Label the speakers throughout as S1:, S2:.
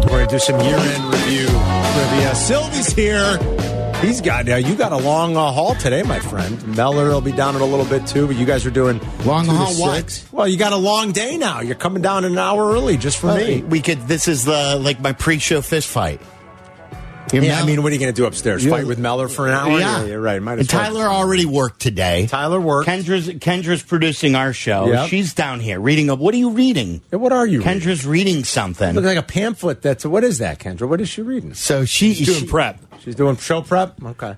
S1: here, do some year-end review trivia. Sylvie's here. He's got now. You got a long uh, haul today, my friend. Meller will be down in a little bit too, but you guys are doing
S2: Long
S1: two to
S2: haul what?
S1: six. Well, you got a long day now. You're coming down an hour early just for me.
S2: We could. This is the like my pre-show fist fight.
S1: Yeah, I mean, what are you going to do upstairs? Fight with Meller for an hour?
S2: yeah,
S1: you're right. Might as
S2: And
S1: well.
S2: Tyler already worked today.
S1: Tyler worked.
S2: Kendra's Kendra's producing our show.
S1: Yep.
S2: She's down here reading. A, what are you reading?
S1: Hey, what are you? reading?
S2: Kendra's reading
S1: Looks
S2: something.
S1: like a pamphlet. That's what is that, Kendra? What is she reading?
S2: So she,
S3: Doing
S2: she-
S3: prep.
S1: She's doing show prep. Okay,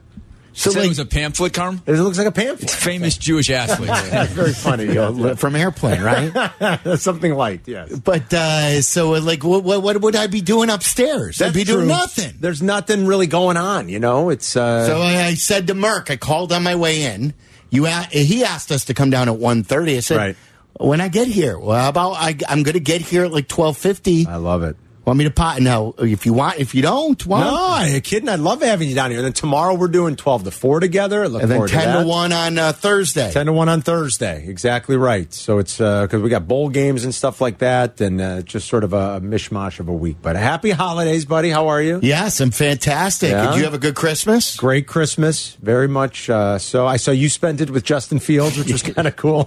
S2: So
S3: Said it
S2: like,
S3: was a pamphlet, Carm.
S1: it looks like a pamphlet.
S3: Famous Jewish athlete.
S1: That's very funny.
S2: uh, from airplane, right?
S1: Something light. Yes.
S2: but uh, so uh, like, what, what what would I be doing upstairs? I'd be doing
S1: true.
S2: nothing.
S1: There's nothing really going on. You know, it's uh,
S2: So I, I said to Merck, I called on my way in. You a- he asked us to come down at 1.30. I said,
S1: Right.
S2: when I get here, well, how about I, I'm going to get here at like 12.50.
S1: I love it.
S2: want me to pot? No, if you want, if you don't, why?
S1: Oh, No, I kidding. I love having you down here. And then tomorrow we're doing twelve to four together. I Look
S2: And then
S1: forward
S2: 10
S1: to,
S2: to,
S1: that.
S2: 1 on uh, Thursday.
S1: 10 to 1 on Thursday. Exactly right. So it's because we got bowl games and stuff like that, and uh, just sort of a mishmash of a week. But happy holidays, buddy. How are you?
S2: Yes, I'm fantastic.
S1: Yeah.
S2: Did you have a good Christmas?
S1: Great Christmas, very much uh, so. I saw you spent it with Justin Fields, which was kind of cool.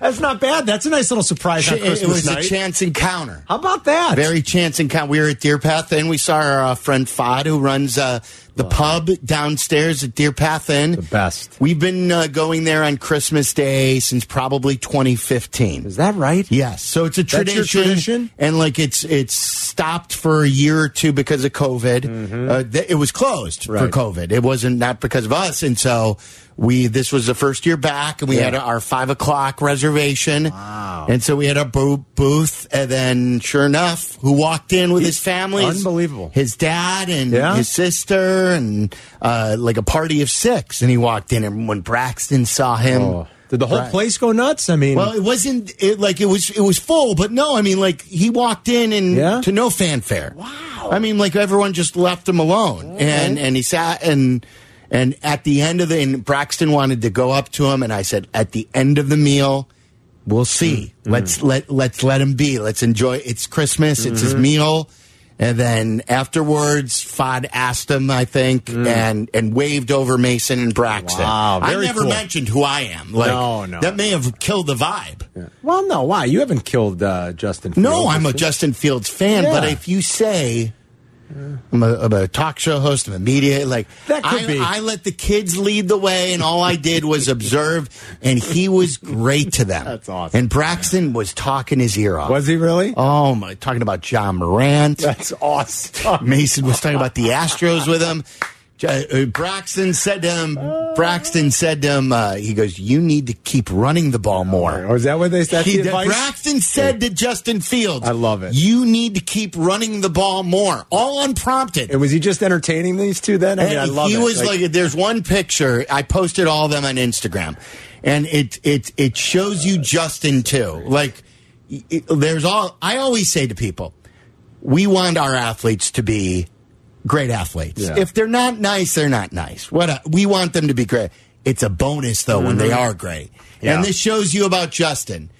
S1: That's not bad. That's a nice little surprise on
S2: It-
S1: Christmas
S2: it was
S1: night.
S2: a chance encounter.
S1: How about that?
S2: Very chance encounter. We were at Deer Path Inn. We saw our uh, friend Fod, who runs uh, the pub downstairs at Deer Path Inn.
S1: The best.
S2: We've been uh, going there on Christmas Day since probably 2015.
S1: Is that right?
S2: Yes, so it's a
S1: That's
S2: tradition,
S1: your tradition?
S2: and like it's it's stopped for a year or two because of COVID. Uh, th- it was closed for
S1: Mm-hmm. Right.
S2: COVID. It wasn't not because of us, and so we this was the first year back, and we
S1: Yeah.
S2: had our five o'clock reservation. Wow! And so we had our bo- booth, and then sure enough, who walked in with his family? His-
S1: Unbelievable.
S2: His dad and
S1: Yeah?
S2: his sister, and uh, like a party of six, and he walked in, and when Braxton saw him.
S1: Oh. Did the whole
S2: Right.
S1: place go nuts? I mean,
S2: Well, it wasn't it, like it was. It was full, but no. I mean, like he walked in and
S1: Yeah?
S2: to no fanfare. Wow. I mean, like everyone just left him alone, and and he sat and and at the end of the and Braxton wanted to go up to him, and I said, at the end of the meal, we'll see.
S1: Mm-hmm.
S2: Let's let let's let him be. Let's enjoy. It's Christmas. It's
S1: Mm-hmm.
S2: his meal. And then afterwards, Fod asked him, I think, and and waved over Mason and Braxton.
S1: Mm. Wow,
S2: I
S1: very
S2: never
S1: cool.
S2: mentioned who I am. Like,
S1: No, no.
S2: That may have killed the vibe.
S1: well, no. Why? You haven't killed uh, Justin.
S2: No,
S1: Fields.
S2: I'm a Justin Fields fan,
S1: Yeah.
S2: but if you say I'm a, I'm a talk show host, I'm a media, like
S1: That could
S2: I,
S1: be.
S2: I let the kids lead the way, and all I did was observe, and he was great to them.
S1: That's awesome.
S2: And Braxton was talking his ear off.
S1: Was he really?
S2: Oh my! Talking about John Morant.
S1: That's awesome.
S2: Mason was talking about the Astros with him. Uh, Braxton said to him. Braxton said to him. Uh, he goes, "You need to keep running the ball more."
S1: Oh, is that what they? That's
S2: He-
S1: the advice.
S2: Braxton said to Justin Fields,
S1: I love it.
S2: You need to keep running the ball more, all unprompted.
S1: And was he just entertaining these two then? I mean, I
S2: And
S1: love
S2: he
S1: it.
S2: was like, there's one picture I posted all of them on Instagram, and it it it shows you Justin too. Like, it- there's all I always say to people, we want our athletes to be great athletes.
S1: Yeah.
S2: If they're not nice, they're not nice. What a, we want them to be great. It's a bonus though when they are great.
S1: Mm-hmm. Yeah.
S2: And this shows you about Justin.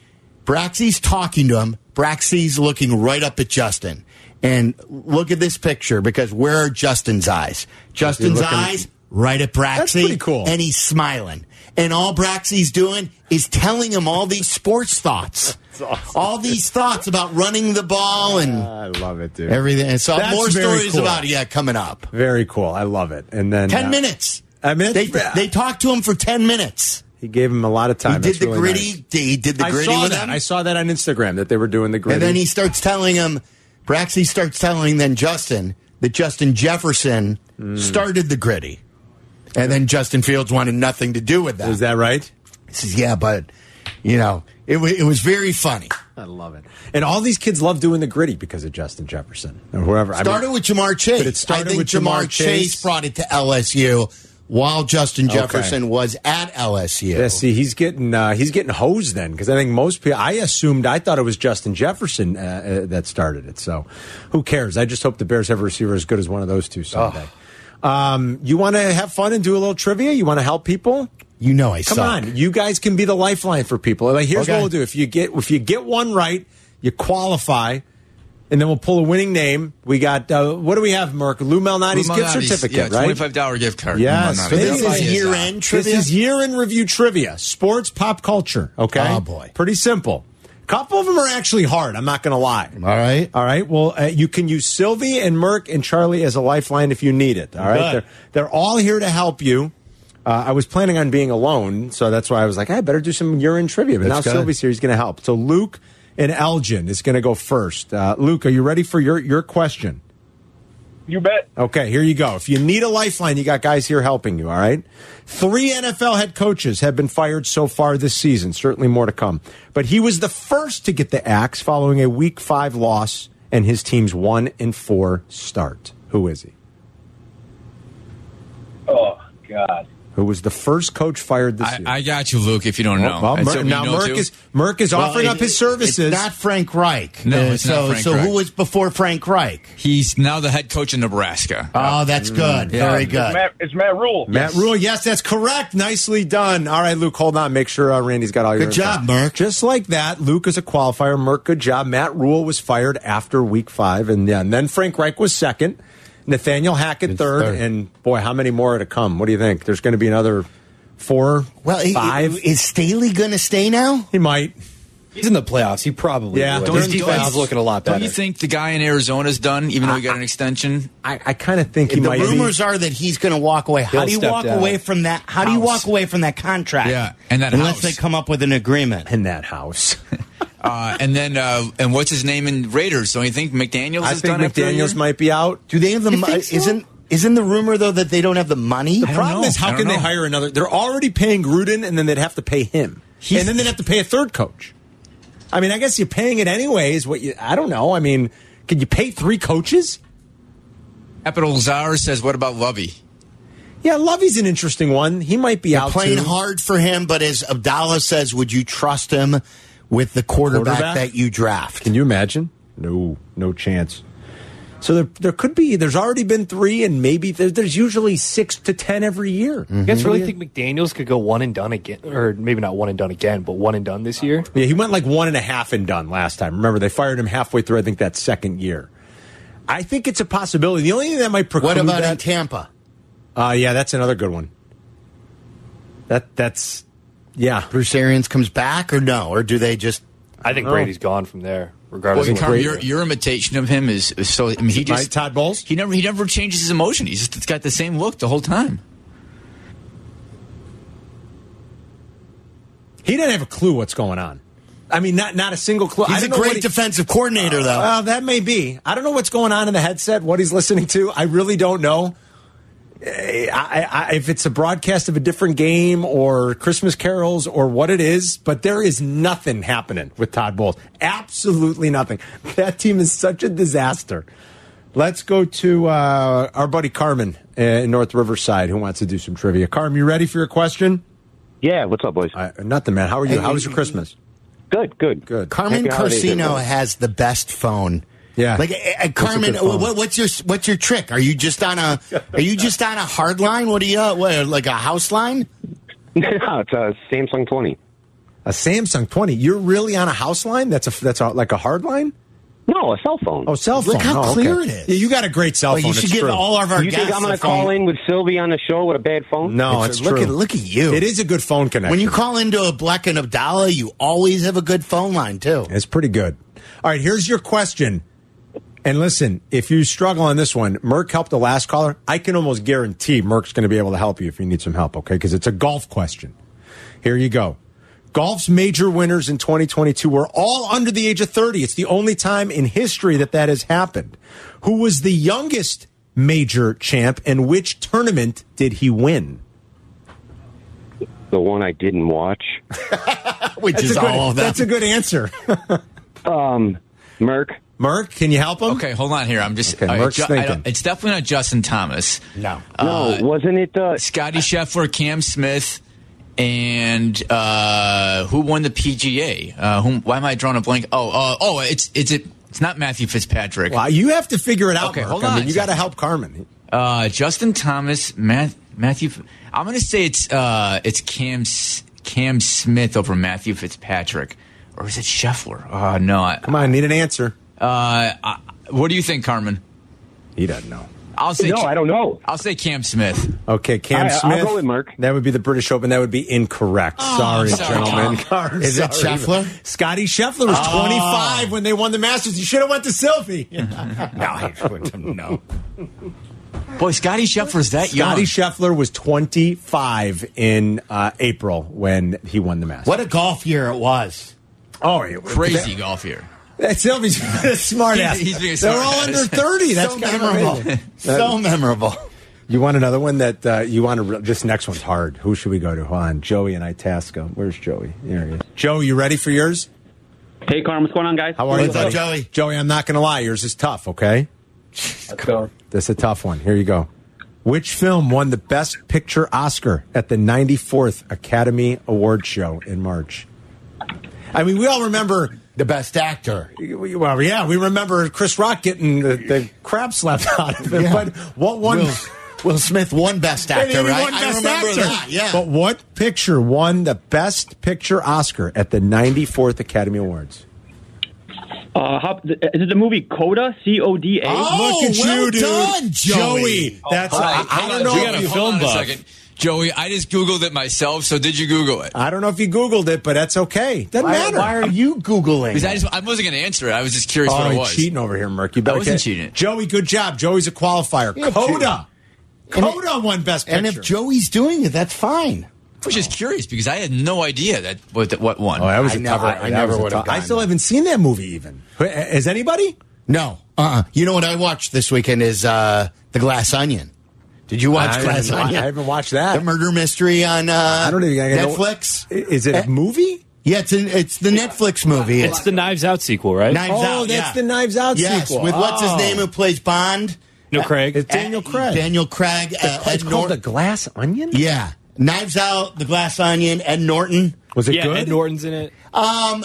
S2: Braxy's talking to him. Braxy's looking right up at Justin. And look at this picture because where are Justin's eyes? Justin's
S1: looking-
S2: eyes right at Braxy.
S1: pretty cool.
S2: And he's smiling. And all Braxy's doing is telling him all these sports thoughts. All these thoughts about running the ball and
S1: I love it, dude.
S2: everything. And so
S1: That's
S2: more
S1: very
S2: stories
S1: cool.
S2: about it. Yeah, coming up.
S1: Very cool. I love it. And then
S2: Ten
S1: uh,
S2: minutes.
S1: I mean,
S2: they
S1: yeah.
S2: they talked to him for ten minutes.
S1: He gave him a lot of
S2: He
S1: time.
S2: did
S1: That's
S2: the
S1: really
S2: gritty.
S1: nice.
S2: He did the
S1: I
S2: gritty
S1: saw
S2: with
S1: that.
S2: him.
S1: I saw that on Instagram that they were doing the gritty.
S2: and then he starts telling him. Braxy starts telling then Justin that Justin Jefferson
S1: Hmm.
S2: started the gritty, and then Justin Fields wanted nothing to do with that.
S1: is that right?
S2: He says, "Yeah, but you know, it wa it was very funny."
S1: I love it. And all these kids love doing the gritty because of Justin Jefferson or whoever. I mean-
S2: Started with Jamar Chase.
S1: But it started
S2: I think
S1: with
S2: Jamar,
S1: Ja'Marr
S2: Chase.
S1: Chase.
S2: brought it to LSU while Justin Jefferson was at LSU.
S1: Yeah, see, he's getting uh, he's getting hosed then because I think most people. I assumed I thought it was Justin Jefferson uh, uh, that started it. So, who cares? I just hope the Bears have a receiver as good as one of those two someday. Um, you want to have fun and do a little trivia? You want to help people?
S2: You know I
S1: Come
S2: suck.
S1: on, you guys can be the lifeline for people. Like, here's
S2: Okay.
S1: what we'll do: if you get if you get one right, you qualify and then we'll pull a winning name. We got uh, what do we have, Merck? Lou Malnati's gift
S3: Luminati's,
S1: certificate,
S3: yeah,
S1: right?
S3: Twenty-five dollar gift card.
S1: Yes.
S3: Luminati's.
S1: This is
S3: Yeah.
S2: year-end trivia?
S1: This is year in review trivia, sports, pop culture. Okay.
S2: Oh, boy.
S1: Pretty simple. couple of them are actually hard. I'm not going to lie.
S2: All right.
S1: All right. Well, uh, you can use Sylvie and Merck and Charlie as a lifeline if you need it. All right.
S2: Good.
S1: They're, they're all here to help you. Uh, I was planning on being alone, so that's why I was like, I better do some urine trivia. But
S2: That's
S1: now
S2: good.
S1: Sylvie's here. He's going to help. So Luke and Elgin is going to go first. Uh, Luke, are you ready for your, your question?
S4: You bet.
S1: Okay, here you go. If you need a lifeline, you got guys here helping you, all right? Three NFL head coaches have been fired so far this season, certainly more to come. But he was the first to get the axe following a week five loss and his team's one and four start. Who is he?
S4: Oh God.
S1: Who was the first coach fired this
S3: I,
S1: year?
S3: I got you, Luke. If you don't know,
S1: well,
S3: And
S1: Merck-
S3: so you
S1: now
S3: know,
S1: Merck
S3: too?
S1: is Merck is offering
S2: Well,
S1: up
S2: it-
S1: his services.
S2: It's not Frank Reich.
S3: No,
S2: Uh,
S3: it's
S2: so,
S3: not Frank
S2: So who
S3: Reich.
S2: was before Frank Reich?
S3: he's now the head coach in Nebraska.
S1: Uh,
S2: Oh, that's good. Very good.
S4: Matt, it's Matt Rule.
S1: Matt Rule, yes, that's correct. Nicely done. All right, Luke, hold on. Make sure uh, Randy's got all your.
S2: Good job,
S1: info.
S2: Merck.
S1: Just like that, Luke is a qualifier. Merck, good job. Matt Rule was fired after week five, and, yeah, and then Frank Reich was second. Nathaniel Hackett third,
S2: third.
S1: and boy, how many more are to come? What do you think? There's going to be another four,
S2: Well, i-
S1: five.
S2: i- is Staley going to stay now?
S1: he might.
S5: He's in the playoffs. He probably
S1: Yeah,
S5: would.
S1: don't-
S5: his
S1: don't-
S5: defense is looking a lot
S3: Don't
S5: better.
S3: you think the guy in Arizona's done, even though he got an extension?
S1: I, I kind of think he
S2: the
S1: might.
S2: rumors are that he's going to walk away. How
S5: He'll
S2: do you
S5: step
S2: walk
S5: down.
S2: away from that? How do you
S3: House.
S2: walk away from that contract?
S3: Yeah, and that
S2: unless
S3: house.
S2: they come up with an agreement.
S1: be in that house.
S3: Uh, and then, uh, and what's his name in Raiders? Don't you think McDaniel's
S1: I
S3: is
S1: think
S3: done after a year?
S1: McDaniel's might be out.
S2: Do they have the?
S1: You
S2: mo-
S1: think so?
S2: Isn't isn't the rumor though that they don't have the money?
S1: The problem
S3: know.
S1: is,
S3: I
S1: how
S3: don't
S1: can they
S3: know.
S1: hire another? They're already paying Gruden, and then they'd have to pay him, and then they'd have to pay a third coach. I mean, I guess you're paying it anyways. What you? I don't know. I mean, can you pay three coaches?
S3: Capital Czar says, "What about Lovey?"
S1: Yeah, Lovey's an interesting one. He might be out
S2: Playing
S1: too.
S2: hard for him, but as Abdallah says, would you trust him with the quarterback,
S1: Quarterback?
S2: that you draft?
S1: Can you imagine? No, no chance. So there, there could be. There's already been three, and maybe there, there's usually six to ten every year.
S6: You guys really think McDaniels could go one and done again, or maybe not one and done again, but one and done this year?
S1: Yeah, he went like one and a half and done last time. Remember, they fired him halfway through. I think that second year. I think it's a possibility. The only thing that might preclude
S2: What about
S1: that,
S2: in Tampa?
S1: Uh, yeah, that's another good one. That that's yeah.
S2: Bruce Arians comes back, or no, or do they just?
S6: I think
S1: Oh.
S6: Brady's gone from there, regardless.
S3: Well,
S6: of
S3: Carm,
S6: what-
S3: your, your imitation of him is, is so. I mean, he
S1: Mike
S3: just
S1: Todd Bowles?
S3: He never he never changes his emotion. He's just got the same look the whole time.
S1: He didn't have a clue what's going on. I mean, not not a single clue. I
S2: He's a
S1: don't know what
S2: great
S1: he- Uh,
S2: defensive coordinator, though.
S1: Well, that may be. I don't know what's going on in the headset. What he's listening to, I really don't know. Eh, I, I, I- if it's a broadcast of a different game or Christmas carols or what it is, but there is nothing happening with Todd Bowles. Absolutely nothing. That team is such a disaster. Let's go to uh, our buddy Carmen uh, in North Riverside who wants to do some trivia. Carmen, you ready for your question?
S7: Yeah, what's up, boys?
S1: Uh, nothing, man. How are you? How was your Christmas?
S7: Good, good,
S1: Good.
S2: Carmen
S7: Happy holidays,
S2: Corsino
S7: everyone.
S2: has the best phone.
S1: Yeah.
S2: like uh, uh, Carmen,
S1: phone.
S2: what, what's your what's your trick? Are you just on a are you just on a hard line? What do you uh, what, like a house line?
S7: no, Oh, it's a Samsung 20.
S1: A Samsung 20. You're really on a house line? That's a that's a, like a hard line?
S7: No, a cell phone.
S1: Oh, cell phone.
S2: Look how
S1: Oh,
S2: clear
S1: okay.
S2: it is.
S1: Yeah, you got a great cell
S2: Like
S1: phone.
S2: you should
S1: it's
S2: give
S1: true.
S2: all of our
S7: you
S2: guests
S7: think I'm
S2: a
S7: going to
S2: phone.
S7: call in with Sylvie on the show with a bad phone?
S1: No,
S2: It's-
S1: it's,
S2: look
S1: true.
S2: at- look at you.
S1: It is a good phone connection.
S2: When you call into a Black and Abdallah, you always have a good phone line too.
S1: it's pretty good. All right, here's your question. And listen, if you struggle on this one, Merck helped the last caller. I can almost guarantee Merck's going to be able to help you if you need some help, okay? Because it's a golf question. Here you go. Golf's major winners in 2022 were all under the age of 30. It's the only time in history that that has happened. Who was the youngest major champ and which tournament did he win?
S7: The one I didn't watch.
S2: Which is
S1: a good,
S2: all of that.
S1: That's a good answer.
S7: Merck.
S1: Merck, can you help him?
S3: Okay, hold on here. I'm just.
S1: Okay,
S3: I-
S1: Merck's
S3: I don't-
S1: thinking.
S3: it's definitely not Justin Thomas.
S2: No.
S7: No,
S8: Oh,
S7: wasn't it uh,
S3: Scotty Scheffler, Cam Smith, and uh, who won the PGA? Uh, whom, why am I drawing a blank? Oh, uh, oh, it's it's it, it's not Matthew Fitzpatrick.
S1: Wow, you have to figure it out.
S3: Okay,
S1: Mark.
S3: hold
S1: I mean,
S3: on.
S1: you got to help Carmen.
S3: Uh, Justin Thomas, Math, Matthew. I'm going to say it's uh, it's Cam S- Cam Smith over Matthew Fitzpatrick, or is it Scheffler? Oh no, I,
S1: Come on, I need an answer.
S3: Uh, I- what do you think, Carmen?
S1: He doesn't know.
S3: I'll say
S7: no, I don't know.
S3: I'll say Cam Smith.
S1: Okay, Cam
S7: I- I'll
S1: Smith.
S7: go with Merk.
S1: That would be the British Open. That would be incorrect. sorry,
S3: Oh, sorry, Oh.
S1: gentlemen.
S2: Is it
S1: Sorry.
S2: Scheffler?
S1: Scotty Scheffler was 25 when they won the Masters. You should have went to Sylvie. no, I wouldn't have. No.
S3: Boy, Scotty Scheffler's that young.
S1: Scotty Scheffler was 25 in uh, April when he won the Masters.
S2: What a golf year it was.
S1: Oh, it was
S3: crazy golf here.
S1: That Sylvie's a smart ass.
S3: He's- he's being a
S1: They're
S3: smart
S1: all
S3: ass.
S1: under 30. That's
S2: so
S1: kind of
S2: memorable. so memorable.
S1: You want another one that uh, you want to. Re- this next one's hard. Who should we go to? Hold on. Joey and Itasca. Where's Joey? There he is. Joe, you ready for yours?
S9: Hey, Carm, what's going on, guys?
S1: How are you,
S2: What's up,
S1: buddy?
S2: Joey?
S1: Joey, I'm not going to lie. Yours is tough, okay? This is a tough one. Here you go. Which film won the Best Picture Oscar at the 94th Academy Award Show in March? I mean, we all remember.
S2: The best actor.
S1: Well, yeah, we remember Chris Rock getting the, the crap slapped out of him.
S2: Yeah.
S1: But what one?
S2: Will, Will Smith won best
S1: And he
S2: actor, right?
S1: won
S2: I
S1: Best
S2: remember
S1: Actor.
S2: that. Yeah.
S1: But what picture won the Best Picture Oscar at the 94th Academy Awards?
S9: Uh, how, is it the movie Coda? C O D A.
S2: Oh,
S1: Look at
S2: well
S1: you, dude.
S2: done, Joey.
S1: That's
S3: Hi,
S1: I, I
S3: hold
S1: don't
S3: on,
S1: know.
S3: we gotta
S1: If you,
S3: hold on a second. Joey, I just Googled it myself, so did you Google it?
S1: I don't know if you Googled it, but that's okay. Doesn't
S2: Why,
S1: matter.
S2: why are you Googling?
S3: Because I, just, I wasn't going to answer it. I was just curious
S1: Oh,
S3: what it
S1: you're
S3: was.
S1: cheating over here, Merc. You better
S3: wasn't
S1: get-
S3: cheating.
S1: Joey, good job. Joey's a qualifier.
S2: Yeah,
S1: Coda.
S2: And if-
S1: Coda won Best Picture.
S2: and if Joey's doing it, that's fine.
S3: I was just curious because I had no idea that what, what one.
S1: oh, that was
S2: I
S1: a
S2: never-
S1: tough-
S2: I
S1: that
S2: never
S1: was a
S2: would've
S1: tough- I
S2: gotten
S1: still
S2: that.
S1: haven't seen that movie even. Has anybody?
S2: No. Uh. uh You know what I watched this weekend is uh the Glass Onion. Did you watch
S1: I
S2: Glass
S1: haven't-
S2: Onion?
S1: I haven't watched that.
S2: The murder mystery on uh,
S1: I don't even I know-
S2: Netflix.
S1: Is
S2: Eh.
S1: it a movie?
S2: Yeah, it's an, it's the Netflix movie.
S10: It's the Knives Out sequel, right?
S2: Knives
S1: oh,
S2: Out.
S1: that's
S2: yeah.
S1: the Knives Out
S2: Yes,
S1: sequel.
S2: with what's his
S1: Oh.
S2: name who plays Bond?
S10: No, Craig.
S1: It's Daniel
S2: Uh,
S1: Craig.
S2: Daniel Craig. uh,
S1: it's
S2: Ed
S1: called
S2: Norton.
S1: The Glass Onion?
S2: yeah, Knives Out, The Glass Onion, Ed Norton.
S1: Was it
S10: yeah,
S1: good?
S10: Ed Norton's in it.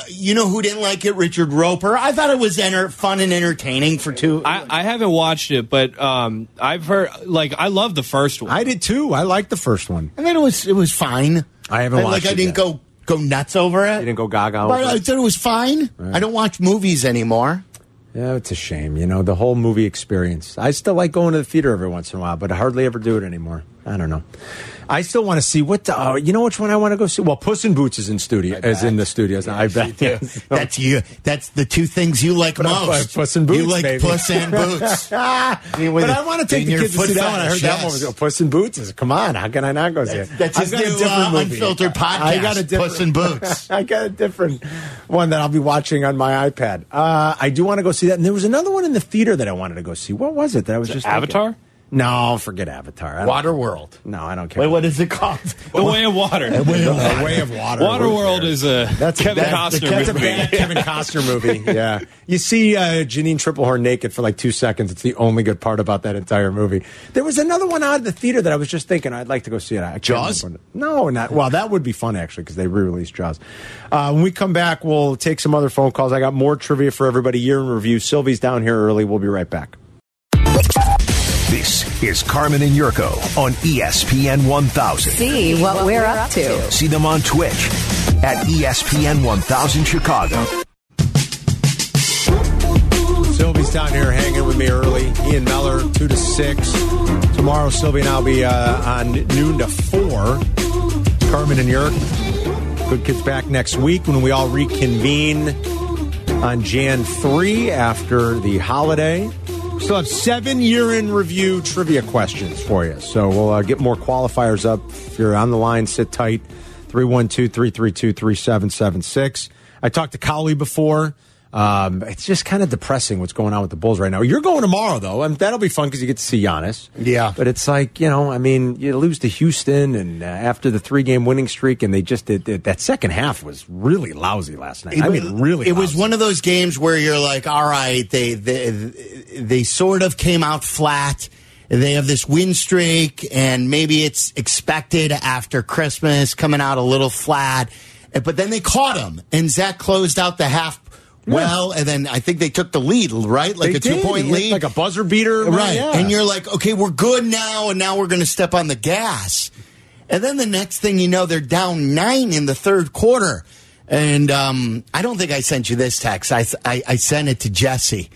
S2: You know who didn't like it? Richard Roper. I thought it was enter- fun and entertaining for two.
S10: I, I haven't watched it, but um, I've heard like I love the first one.
S1: I did too. I liked the first one.
S2: I mean, it was it was fine.
S1: I haven't
S2: like.
S1: watched
S2: I
S1: it
S2: didn't
S1: yet.
S2: go go nuts over it.
S1: You didn't go gaga.
S2: But
S1: over
S2: I
S1: it?
S2: thought it was fine. I don't watch movies anymore.
S1: Yeah, it's a shame. You know, the whole movie experience. I still like going to the theater every once in a while, but I hardly ever do it anymore. I don't know. I still want to see what the. Oh, you know which one I want to go see? Well, Puss in Boots is in studio, is in the studios. I bet. Yes.
S2: That's you. That's the two things you like
S1: I-
S2: most.
S1: Puss in Boots,
S2: You like
S1: baby.
S2: puss and boots.
S1: Ah,
S2: mean, with
S1: but
S2: the-
S1: I want to take
S2: in
S1: the
S2: your
S1: kids to
S2: foot
S1: see that one. I heard
S2: fetish,
S1: that one
S2: yes.
S1: was Puss in Boots. Is, come on, how can I not go see it?
S2: That's his
S1: I've got a
S2: new
S1: different
S2: uh,
S1: movie.
S2: unfiltered podcast.
S1: I got a different
S2: puss and boots.
S1: I got a different one that I'll be watching on my iPad. Uh, I do want to go see that. And there was another one in the theater that I wanted to go see. What was it that I was just
S10: Avatar?
S1: thinking? No, forget Avatar. I don't-
S2: Waterworld.
S1: No, I don't care.
S2: Wait, what is it called?
S10: the Way of Water.
S1: A Way of Water.
S10: Waterworld is a
S1: That's
S10: Kevin
S1: that's,
S10: Costner
S1: That's a
S10: movie.
S1: bad Kevin Costner movie. Yeah, you see uh, Janine Triplehorn naked for like two seconds. It's the only good part about that entire movie. There was another one out of the theater that I was just thinking I'd like to go see it. I can't
S3: Jaws?
S1: remember. No, not well. That would be fun actually because they re-released Jaws. Uh, when we come back, we'll take some other phone calls. I got more trivia for everybody. Year in review. Sylvie's down here early. We'll be right back.
S11: This is Carmen and Yurko on E ESPN 1000.
S12: See what we're up to.
S11: See them on Twitch at E ESPN 1000 Chicago.
S1: Sylvie's down here hanging with me early. Ian Meller, 2 to 6. Tomorrow, Sylvie and I'll be uh, on noon to 4. Carmen and Yerk. Good Kids back next week when we all reconvene on Jan 3 after the holiday. Still have seven year in review trivia questions for you. So we'll uh, get more qualifiers up. If you're on the line, sit tight. 312 332 3776. I talked to Cowley before. Um, it's just kind of depressing what's going on with the Bulls right now. You're going tomorrow, though, and that'll be fun because you get to see Giannis.
S2: Yeah.
S1: But it's like, you know, I mean, you lose to Houston and uh, after the three game winning streak, and they just, it, it- that second half was really lousy last night. I mean, really
S2: It was
S1: lousy.
S2: one of those games where you're like, all right, they they they sort of came out flat. They have this win streak, and maybe it's expected after Christmas coming out a little flat. Eh, But then they caught him, and Zach closed out the half well, and then I think they took the lead, right? Like
S1: They
S2: a
S1: did.
S2: two point
S1: He hit
S2: lead,
S1: like a buzzer beater,
S2: right?
S1: Yeah.
S2: And you're like, okay, we're good now, and now we're going to step on the gas. And then the next thing you know, they're down nine in the third quarter. And um, I don't think I sent you this text. I, I, I sent it to Jesse.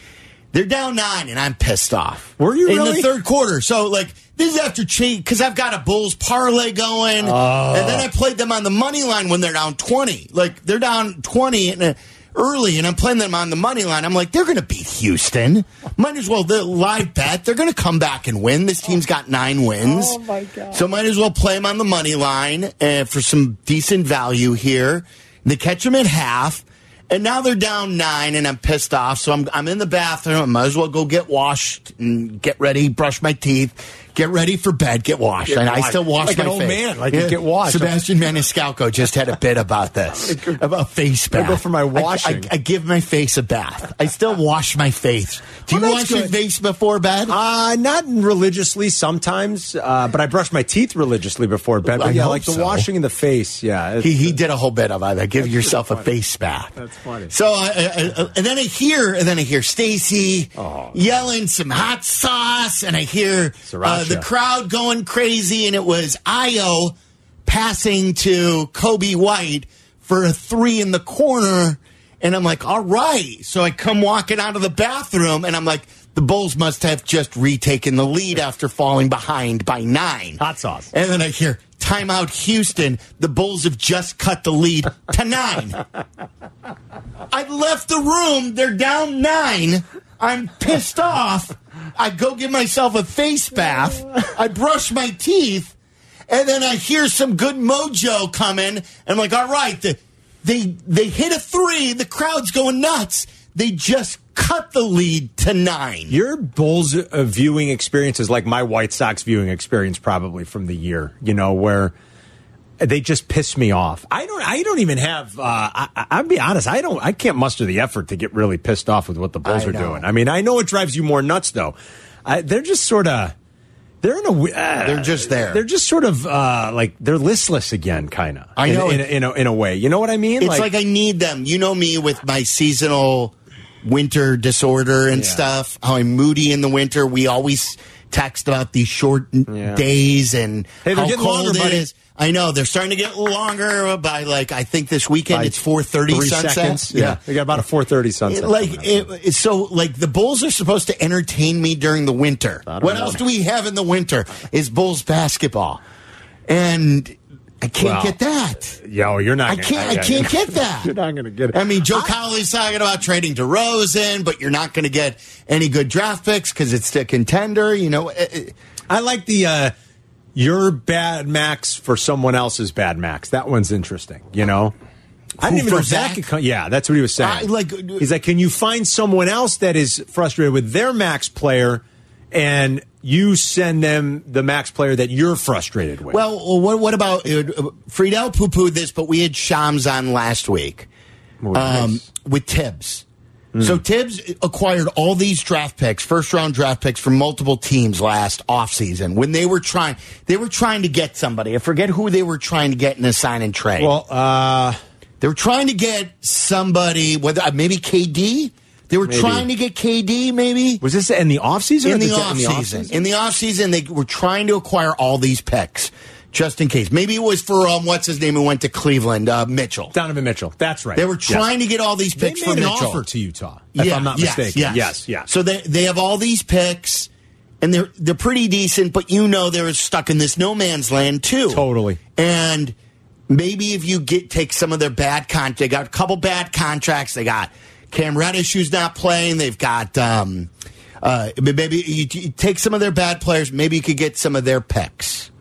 S2: They're down nine, and I'm pissed off. Were
S1: you
S2: in
S1: really?
S2: the third quarter? So like this is after cheat because I've got a Bulls parlay going, and then I played them on the money line when they're down twenty. Like they're down twenty and. uh, Early and I'm playing them on the money line. I'm like, they're going to beat Houston. Might as well the live bet. They're going to come back and win. This team's got nine wins.
S13: Oh, my God.
S2: So might as well play them on the money line uh, for some decent value here. They catch them at half, and now they're down nine, and I'm pissed off. So I'm I'm in the bathroom. I might as well go get washed and get ready, brush my teeth, get ready for bed, get washed.
S1: Get
S2: and I
S1: washed.
S2: still wash
S1: Like
S2: my
S1: an old
S2: face.
S1: man, like you get washed.
S2: Sebastian Maniscalco just had a bit about this about face
S1: I
S2: bath.
S1: go for my
S2: I- I-
S1: washing.
S2: I, give my face a bath. I still wash my face. Do you
S1: Well, that's
S2: wash your
S1: good.
S2: face before bed?
S1: Uh, not religiously sometimes, uh, but I brush my teeth religiously before bed. But
S2: I
S1: yeah,
S2: hope
S1: like the
S2: so.
S1: washing in the face. Yeah, it's-
S2: He, he did a whole bit about that. Give yourself a face bath.
S1: that's funny.
S2: So I, I, I, and then I hear and then I hear Stacy yelling some hot sauce, and I hear uh,
S1: Sriracha.
S2: the crowd going crazy, and it was Io passing to Kobe White for a three in the corner, and I'm like, all right. So I come walking out of the bathroom, and I'm like. The Bulls must have just retaken the lead after falling behind by nine. Hot sauce. And then I hear, timeout Houston. The Bulls have just cut the lead to nine. I left the room. They're down nine. I'm pissed off. I go give myself a face bath. I brush my teeth. And then I hear some good mojo coming. I'm like, all right, the, they, they hit a three. The crowd's going nuts. They just cut the lead to nine.
S1: Your Bulls uh, viewing experience is like my White Sox viewing experience, probably from the year. You know where they just piss me off. I don't. I don't even have. Uh, I, I- I'll be honest. I don't. I can't muster the effort to get really pissed off with what the Bulls
S2: I
S1: are
S2: know.
S1: doing. I mean, I know it drives you more nuts though. I, they're just sort of. They're in a. w- Uh,
S2: They're just there.
S1: They're just sort of uh, like they're listless again, kind of.
S2: I know.
S1: in, in, a- in, a, in a way. You know what I mean?
S2: It's like, I need them. You know me with my seasonal winter disorder and stuff. How I'm moody in the winter. We always text about these short n-
S1: Yeah.
S2: days and
S1: Hey, they're
S2: how
S1: getting
S2: cold
S1: longer,
S2: it
S1: buddy.
S2: is. I know they're starting to get longer by like I think this weekend
S1: By
S2: it's 4:30
S1: three
S2: sunset.
S1: seconds. Yeah. they got about a four thirty sunset.
S2: It-
S1: coming up.
S2: like it, it's so like the bulls are supposed to entertain me during the winter
S1: don't
S2: what
S1: know.
S2: else do we have in the winter is bulls basketball and i can't
S1: Well,
S2: get that
S1: Yo, you're not.
S2: I
S1: gonna-
S2: can't. I can't
S1: You're
S2: get that.
S1: not going to get it.
S2: I mean, Joe Cowley's talking about trading DeRozan, but you're not going to get any good draft picks because it's the contender. You know, eh, eh,
S1: I like the uh, your bad max for someone else's bad max. That one's interesting. You know, I didn't
S2: Who,
S1: even know that
S2: for Zach?
S1: could come. Yeah, that's what he was saying.
S2: I, like, uh,
S1: he's like, can you find someone else that is frustrated with their max player, and you send them the max player that you're frustrated with?
S2: well, what what about uh, Friedel? Poo pooed this, but we had Shams on last week.
S1: Ooh,
S2: um,
S1: nice.
S2: with Tibbs. So Tibbs acquired all these draft picks, first round draft picks from multiple teams last offseason when they were trying they were trying to get somebody. I forget who they were trying to get in a sign and trade.
S1: well, uh,
S2: they were trying to get somebody whether uh, maybe KD. They were
S1: Maybe.
S2: trying to get KD maybe
S1: was this in the off season?
S2: in the offseason. In the offseason, they were trying to acquire all these picks just in case. Maybe it was for um, what's his name who went to Cleveland, uh, Mitchell.
S1: Donovan Mitchell. That's right.
S2: They were
S1: Yeah.
S2: trying to get all these
S1: They
S2: picks
S1: made
S2: for
S1: an
S2: Mitchell.
S1: offer to Utah, if I'm not
S2: yes,
S1: mistaken.
S2: Yes,
S1: yes, yes.
S2: So they they have all these picks, and they're they're pretty decent, but you know they're stuck in this no man's land too.
S1: Totally.
S2: And maybe if you get take some of their bad con, they got a couple bad contracts. They got Cam Reddish who's not playing. They've got um, uh, maybe you, you take some of their bad players. Maybe you could get some of their picks.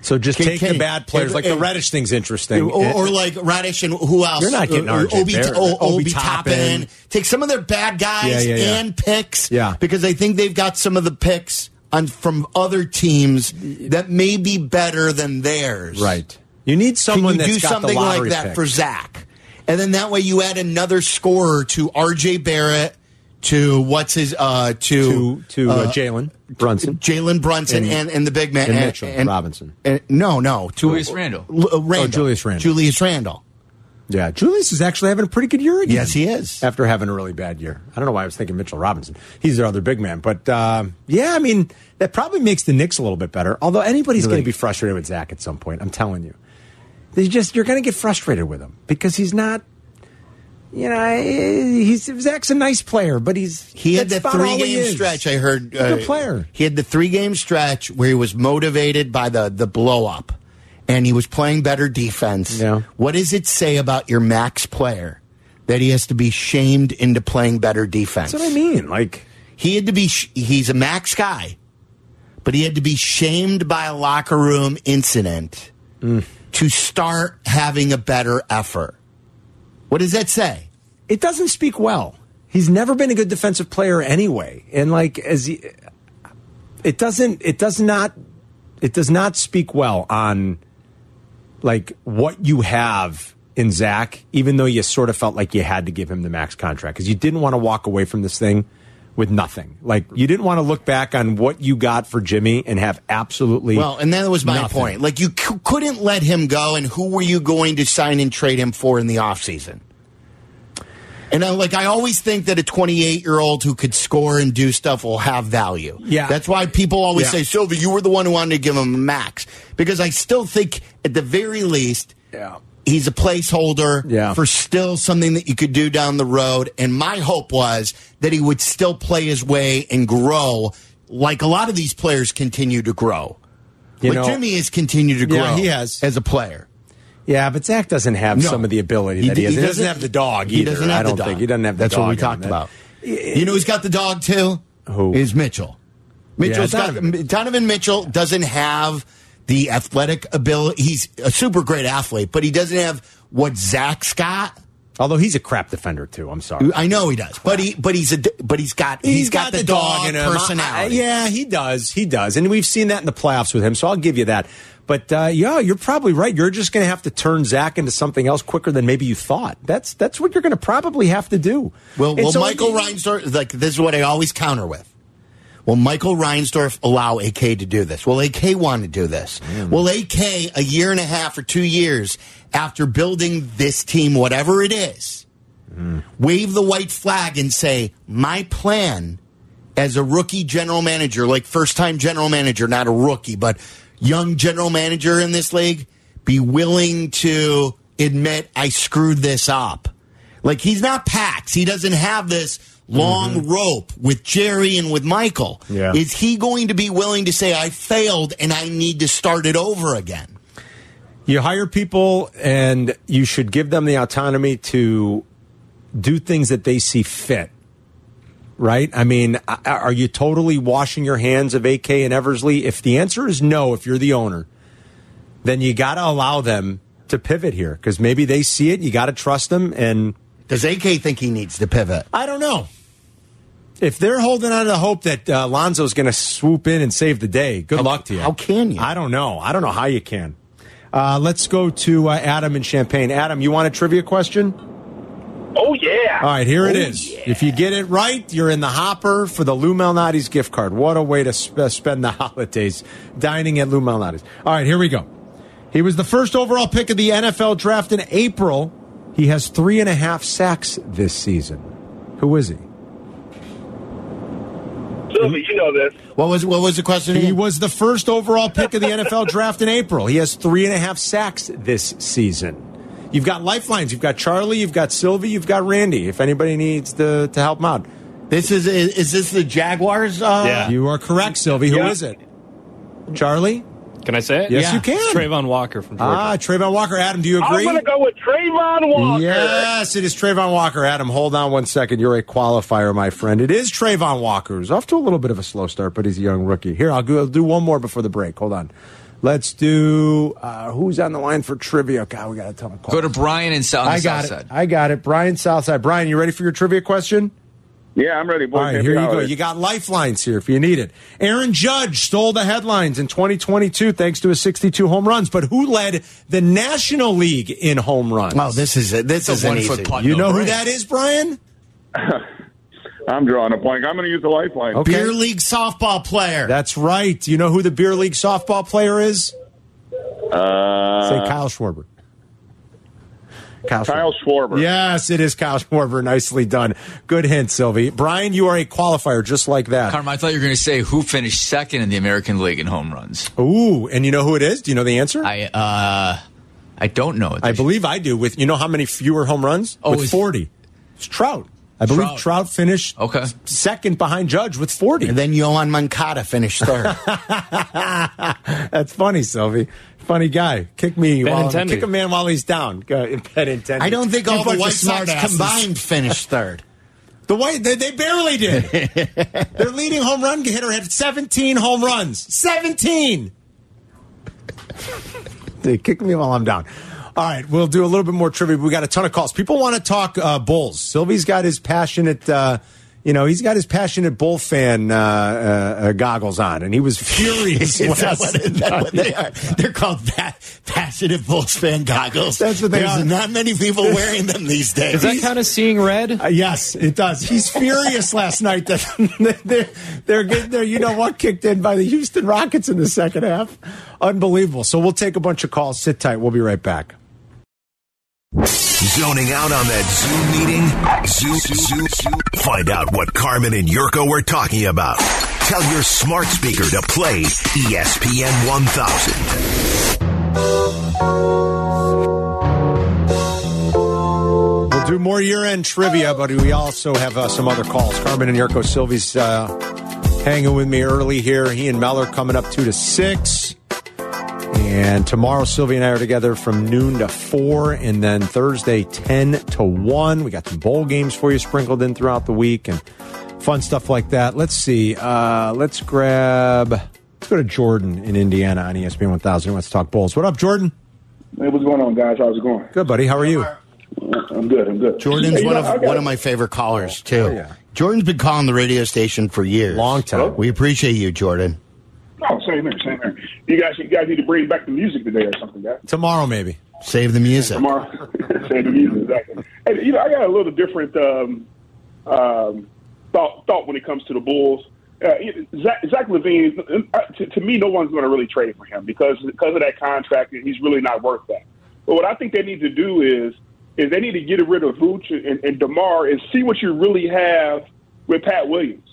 S1: So just
S2: Can-
S1: take
S2: can-
S1: the bad players, like the
S2: and-
S1: Reddish thing's interesting,
S2: Or, or like Radish and who else?
S1: You're not getting
S2: Or- or
S1: RJ
S2: Obi,
S1: Barrett.
S2: O-
S1: Obi
S2: Obi Toppin.
S1: Toppin.
S2: Take some of their bad guys
S1: Yeah, yeah, yeah.
S2: and picks.
S1: Yeah.
S2: Because I think they've got some of the picks on, from other teams that may be better than theirs.
S1: right? You need
S2: Can
S1: someone
S2: you
S1: that's
S2: do
S1: got
S2: something
S1: the
S2: like
S1: lottery
S2: that
S1: pick.
S2: for Zach? And then that way you add another scorer to RJ Barrett, to what's his, uh,
S1: to
S2: to,
S1: to uh, Jalen Brunson.
S2: Jalen Brunson
S1: And-
S2: and, and, the big man
S1: and Mitchell Robinson. Oh,
S2: and- no, no, to
S3: Julius Randle.
S2: L- uh, Randle.
S1: Julius Randle.
S2: Julius Randle.
S1: Yeah, Julius is actually having a pretty good year again.
S2: Yes, he is.
S1: After having a really bad year, I don't know why I was thinking Mitchell Robinson. He's their other big man, but um, yeah, I mean that probably makes the Knicks a little bit better. Although anybody's going to be frustrated with Zach at some point. I'm telling you, They just you're going to get frustrated with him because he's not. You know, he's Zach's a nice player, but he's
S2: He had
S1: that's
S2: that
S1: about all
S2: three
S1: he
S2: game
S1: is.
S2: stretch. I heard uh,
S1: He's a good player.
S2: He had the three game stretch where he was motivated by the the blow up, and he was playing better defense.
S1: Yeah.
S2: What does it say about your max player that he has to be shamed into playing better defense?
S1: That's what I mean. Like
S2: he had to be. Sh- he's a max guy, but he had to be shamed by a locker room incident
S1: Mm.
S2: to start having a better effort. What does that say?
S1: It doesn't speak well. He's never been a good defensive player anyway, and like as he, it doesn't it does not it does not speak well on like what you have in Zach, even though you sort of felt like you had to give him the max contract because you didn't want to walk away from this thing with nothing. Like you didn't want to look back on what you got for Jimmy and have absolutely
S2: Well, and that was my
S1: nothing.
S2: point. Like you c- couldn't let him go, and who were you going to sign and trade him for in the offseason? And I, like I always think that a 28 year old who could score and do stuff will have value.
S1: Yeah.
S2: that's why people always
S1: Yeah.
S2: say, Silva, you were the one who wanted to give him a max because I still think at the very least.
S1: Yeah.
S2: He's a placeholder
S1: Yeah.
S2: for still something that you could do down the road. And my hope was that he would still play his way and grow like a lot of these players continue to grow.
S1: You
S2: but
S1: know-
S2: Jimmy has continued to grow.
S1: Yeah, he has.
S2: as a player.
S1: Yeah, but Zach doesn't have
S2: No.
S1: some of the ability
S2: He
S1: that
S2: d-
S1: he has. He
S2: he
S1: doesn't,
S2: doesn't-
S1: have the dog either.
S2: he doesn't have
S1: I
S2: the
S1: don't
S2: dog.
S1: think he doesn't have the
S2: That's
S1: dog.
S2: what we
S1: in him.
S2: talked
S1: That-
S2: about. You know who's got the dog too?
S1: Who?
S2: Is Mitchell. Mitchell's
S1: Donovan.
S2: got Donovan Mitchell doesn't have the athletic ability. He's a super great athlete, but he doesn't have what Zach's got.
S1: Although he's a crap defender too. I'm sorry.
S2: I know he does, but he but he's a but he's got he's got, the, dog, personality.
S1: I- yeah, he does. He does. And we've seen that in the playoffs with him, so I'll give you that. But uh, yeah, you're probably right. You're just going to have to turn Zach into something else quicker than maybe you thought. That's that's what you're going to probably have to do.
S2: Well,
S1: And
S2: will
S1: so-
S2: Michael Reinsdorf like this is what I always counter with. Will Michael Reinsdorf allow AK to do this? Will AK want to do this? Will AK a year and a half or two years after building this team, whatever it is, wave the white flag and say, My plan as a rookie general manager, like first time general manager, not a rookie, but young general manager in this league, be willing to admit I screwed this up. Like he's not Pax. He doesn't have this long rope with Jerry and with Michael.
S1: Yeah.
S2: Is he going to be willing to say I failed and I need to start it over again?
S1: You hire people and you should give them the autonomy to do things that they see fit. Right? I mean, a- are you totally washing your hands of AK and Eversley? If the answer is no, if you're the owner, then you got to allow them to pivot here because maybe they see it. You got to trust them. And
S2: Does AK think he needs to pivot?
S1: I don't know. If they're holding on to the hope that uh, Lonzo's going to swoop in and save the day, good luck to you.
S2: how can you?
S1: I don't know. I don't know how you can. Uh, let's go to uh, Adam in Champagne. Adam, you want a trivia question?
S4: Oh yeah.
S1: All right, here it is. If you get it right, you're in the hopper for the Lou Malnati's gift card. What a way to sp- uh, spend the holidays dining at Lou Malnati's. All right, here we go. He was the first overall pick of the NFL draft in April. He has three and a half sacks this season. Who is he?
S4: Sylvia, you know this.
S2: What was what was the question?
S1: He
S2: again?
S1: was the first overall pick of the NFL draft in April. He has three and a half sacks this season. You've got lifelines. You've got Charlie. You've got Sylvie. You've got Randy. If anybody needs to, to help him out,
S2: this is is, is this the Jaguars? Uh,
S10: Yeah.
S1: you are correct, Sylvie. Who
S4: Yeah.
S1: is it? Charlie?
S6: Can I say it?
S1: Yes, you
S6: It's
S1: can.
S6: Trayvon Walker from Georgia.
S1: Ah, Trayvon Walker. Adam, do you
S4: I'm
S1: agree?
S4: gonna go with Trayvon Walker.
S1: Yes, it is Trayvon Walker. Adam, hold on one second. You're a qualifier, my friend. It is Trayvon Walker, who's off to a little bit of a slow start, but he's a young rookie. Here, I'll, go, I'll do one more before the break. Hold on. Let's do uh, who's on the line for trivia. God, we got a ton of calls.
S3: Go to Brian and South.
S1: I got it. I got it. Brian Southside. Brian, you ready for your trivia question?
S7: Yeah, I'm ready, boys.
S1: All right,
S7: Happy
S1: here you go.
S7: holidays.
S1: You got lifelines here if you need it. Aaron Judge stole the headlines in 2022 thanks to his 62 home runs, but who led the National League in home runs?
S2: Oh, this is a, this is an
S3: one-foot
S2: easy.
S3: putt.
S1: you know who
S3: Right.
S1: that is, Brian?
S7: I'm drawing a blank. I'm going to use the lifeline.
S1: Okay.
S2: Beer league softball player.
S1: That's right. Do you know who the beer league softball player is?
S7: Uh,
S1: Say Kyle Schwarber. Kyle,
S7: Kyle Schwarber.
S1: Yes, it is Kyle Schwarber. Nicely done. Good hint, Sylvie. Brian, you are a qualifier just like that.
S3: Carm, I thought you were going to say who finished second in the American League in home runs.
S1: Ooh, and you know who it is? Do you know the answer?
S3: I uh I don't know.
S1: I believe I do. With you know how many fewer home runs?
S3: Oh,
S1: with
S3: is-
S1: forty. It's Trout. I believe Trout,
S3: Trout.
S1: finished
S3: Okay.
S1: second behind Judge with forty.
S2: And then Johan Mancata finished third.
S1: That's funny, Sylvie. Funny guy. Kick me. While,
S6: Benintendi.
S1: kick a man while he's down. Go- Benintendi.
S2: I don't think
S1: You
S2: all the
S1: bunch
S2: White
S1: of
S2: Sox
S1: smartasses.
S2: combined finished third.
S1: The White they, they barely did. Their leading home run hitter had seventeen home runs. Seventeen. they kick me while I'm down. All right, we'll do a little bit more trivia. We got a ton of calls. People want to talk uh, Bulls. Sylvie's got his passionate. Uh, you know, he's got his passionate bull fan uh, uh, uh, goggles on, and he was furious.
S2: Is
S1: when I
S2: that what,
S1: said
S2: is that
S1: that.
S2: what they are? They're called pa- passionate Bulls fan goggles.
S1: That's what they
S2: There's
S1: are.
S2: not many people wearing them these days.
S10: Is that kind of seeing red?
S1: Uh, yes, it does. He's furious last night that they're, they're getting their, you know what, kicked in by the Houston Rockets in the second half. Unbelievable. So we'll take a bunch of calls. Sit tight. We'll be right back.
S11: Zoning out on that Zoom meeting? Zoo, zoo, zoo. Find out what Carmen and Yurko were talking about. Tell your smart speaker to play E ESPN 1000.
S1: We'll do more year end trivia, but we also have uh, some other calls. Carmen and Yurko Sylvie's uh, hanging with me early here. He and Mel are coming up 2 to 6. And tomorrow, Sylvie and I are together from noon to 4, and then Thursday, 10 to 1. We got some bowl games for you sprinkled in throughout the week and fun stuff like that. Let's see. Uh, let's grab. Let's go to Jordan in Indiana on E ESPN 1000. He wants to talk bowls. What up, Jordan?
S4: Hey, what's going on, guys? How's it going?
S1: Good, buddy. How are you?
S4: I'm good. I'm good.
S2: Jordan's
S4: Hey,
S2: one
S4: you know, I
S2: of
S4: got-
S2: one of my favorite callers too.
S1: Oh, yeah.
S2: Jordan's been calling the radio station for years.
S1: Long time.
S2: We appreciate you, Jordan.
S4: Oh, same here. Same here. You guys, you guys need to bring back the music today or something, guys.
S1: Tomorrow, maybe.
S2: Save the music.
S4: tomorrow. Same to you, exactly. Hey, you know, I got a little different um, um, thought thought when it comes to the Bulls. Uh, you know, Zach, Zach Levine, uh, to, to me, no one's going to really trade for him because because of that contract, he's really not worth that. But what I think they need to do is is they need to get rid of Vooch and, and Demar and see what you really have with Pat Williams.